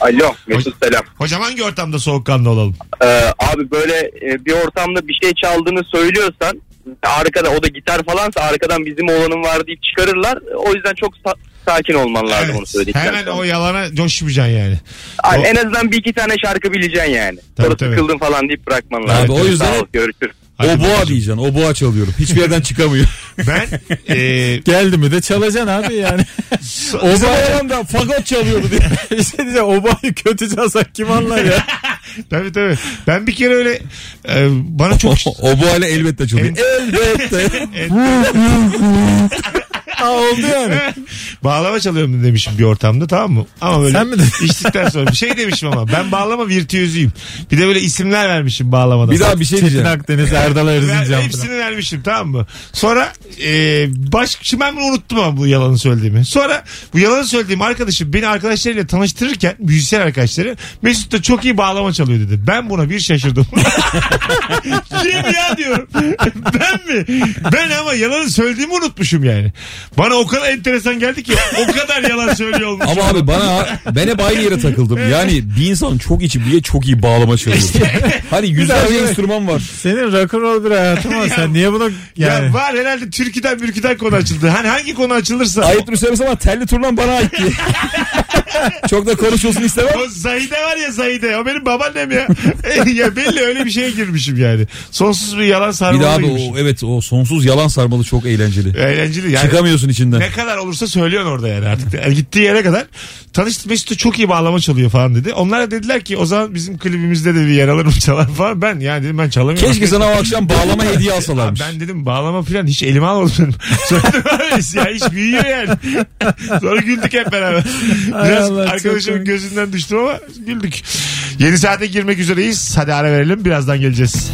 [SPEAKER 5] Alo Mesut selam.
[SPEAKER 2] Hocam hangi ortamda soğukkanlı olalım?
[SPEAKER 5] Ee, abi böyle e, bir ortamda bir şey çaldığını söylüyorsan arkada o da gitar falansa arkadan bizim oğlanın var deyip çıkarırlar. O yüzden çok sa- sakin olman lazım onu
[SPEAKER 2] Evet.
[SPEAKER 5] söyledikten
[SPEAKER 2] Hemen
[SPEAKER 5] sonra.
[SPEAKER 2] o yalana coşmayacaksın yani.
[SPEAKER 5] Ay,
[SPEAKER 2] O-
[SPEAKER 5] En azından bir iki tane şarkı bileceksin yani.
[SPEAKER 2] Tabii,
[SPEAKER 5] Sonra
[SPEAKER 2] tabii.
[SPEAKER 5] sıkıldın falan deyip bırakman
[SPEAKER 3] Abi,
[SPEAKER 5] lazım.
[SPEAKER 3] o yüzden-
[SPEAKER 5] Sağ ol, görüşürüz.
[SPEAKER 2] Hadi
[SPEAKER 3] o boğa
[SPEAKER 2] babacığım.
[SPEAKER 3] diyeceksin. O boğa çalıyorum. Hiçbir yerden çıkamıyor.
[SPEAKER 2] Ben e,
[SPEAKER 4] Geldi mi de çalacaksın abi yani.
[SPEAKER 3] Oba da fagot çalıyordu diye.
[SPEAKER 4] bir şey diyeceğim obayı kötü çalsak kim anlar ya?
[SPEAKER 2] tabii tabii. Ben bir kere öyle e, bana çok
[SPEAKER 3] o boğa ile elbette çalıyor.
[SPEAKER 2] En-
[SPEAKER 3] elbette.
[SPEAKER 4] oldu yani.
[SPEAKER 2] bağlama çalıyorum demişim bir ortamda tamam mı? Ama böyle
[SPEAKER 4] Sen mi
[SPEAKER 2] içtikten sonra bir şey demişim ama ben bağlama virtüözüyüm. Bir de böyle isimler vermişim bağlamadan.
[SPEAKER 3] Bir daha bir şey diyeceğim.
[SPEAKER 4] Çetin Akdeniz, Erdal
[SPEAKER 2] Ver-
[SPEAKER 4] Erzincan falan.
[SPEAKER 2] Hepsini vermişim tamam mı? Sonra e, baş, şimdi ben bunu unuttum ama bu yalanı söylediğimi. Sonra bu yalanı söylediğim arkadaşım beni arkadaşlarıyla tanıştırırken müzisyen arkadaşları Mesut da çok iyi bağlama çalıyor dedi. Ben buna bir şaşırdım. Kim ya diyorum. ben mi? Ben ama yalanı söylediğimi unutmuşum yani. Bana o kadar enteresan geldi ki o kadar yalan söylüyor olmuş.
[SPEAKER 3] Ama abi bana ben hep aynı yere takıldım. Yani bir insan çok içip diye çok iyi bağlama çalıyor. hani yüzlerce
[SPEAKER 4] evet.
[SPEAKER 3] enstrüman var.
[SPEAKER 4] Senin rock'n'roll bir hayatın var. Sen niye buna yani?
[SPEAKER 2] Ya var herhalde türküden mürküden konu açıldı. Hani hangi konu açılırsa.
[SPEAKER 3] Ayıptır söylemesi ama telli turnan bana ait diye. çok da konuşulsun istemem.
[SPEAKER 2] O Zahide var ya Zahide. O benim babaannem ya. ya belli öyle bir şeye girmişim yani. Sonsuz bir yalan
[SPEAKER 3] Bir daha
[SPEAKER 2] sarmalı
[SPEAKER 3] abi
[SPEAKER 2] girmişim.
[SPEAKER 3] o evet o sonsuz yalan sarmalı çok eğlenceli.
[SPEAKER 2] Eğlenceli yani.
[SPEAKER 3] Çıkamıyorsun içinden.
[SPEAKER 2] Ne kadar olursa söylüyorsun orada yani artık. Yani gittiği yere kadar. Tanıştık Mesut'u çok iyi bağlama çalıyor falan dedi. Onlar da dediler ki o zaman bizim klibimizde de bir yer alır mı çalar falan. Ben yani dedim ben çalamıyorum.
[SPEAKER 3] Keşke sana o akşam bağlama hediye alsalarmış.
[SPEAKER 2] Ben dedim bağlama falan hiç elime almadım dedim. Söyledim abi ya iş büyüyor yani. Sonra güldük hep beraber.
[SPEAKER 4] Ay
[SPEAKER 2] Biraz
[SPEAKER 4] Allah, çok
[SPEAKER 2] arkadaşımın
[SPEAKER 4] komik.
[SPEAKER 2] gözünden düştüm ama güldük. Yeni saate girmek üzereyiz. Hadi ara verelim birazdan geleceğiz.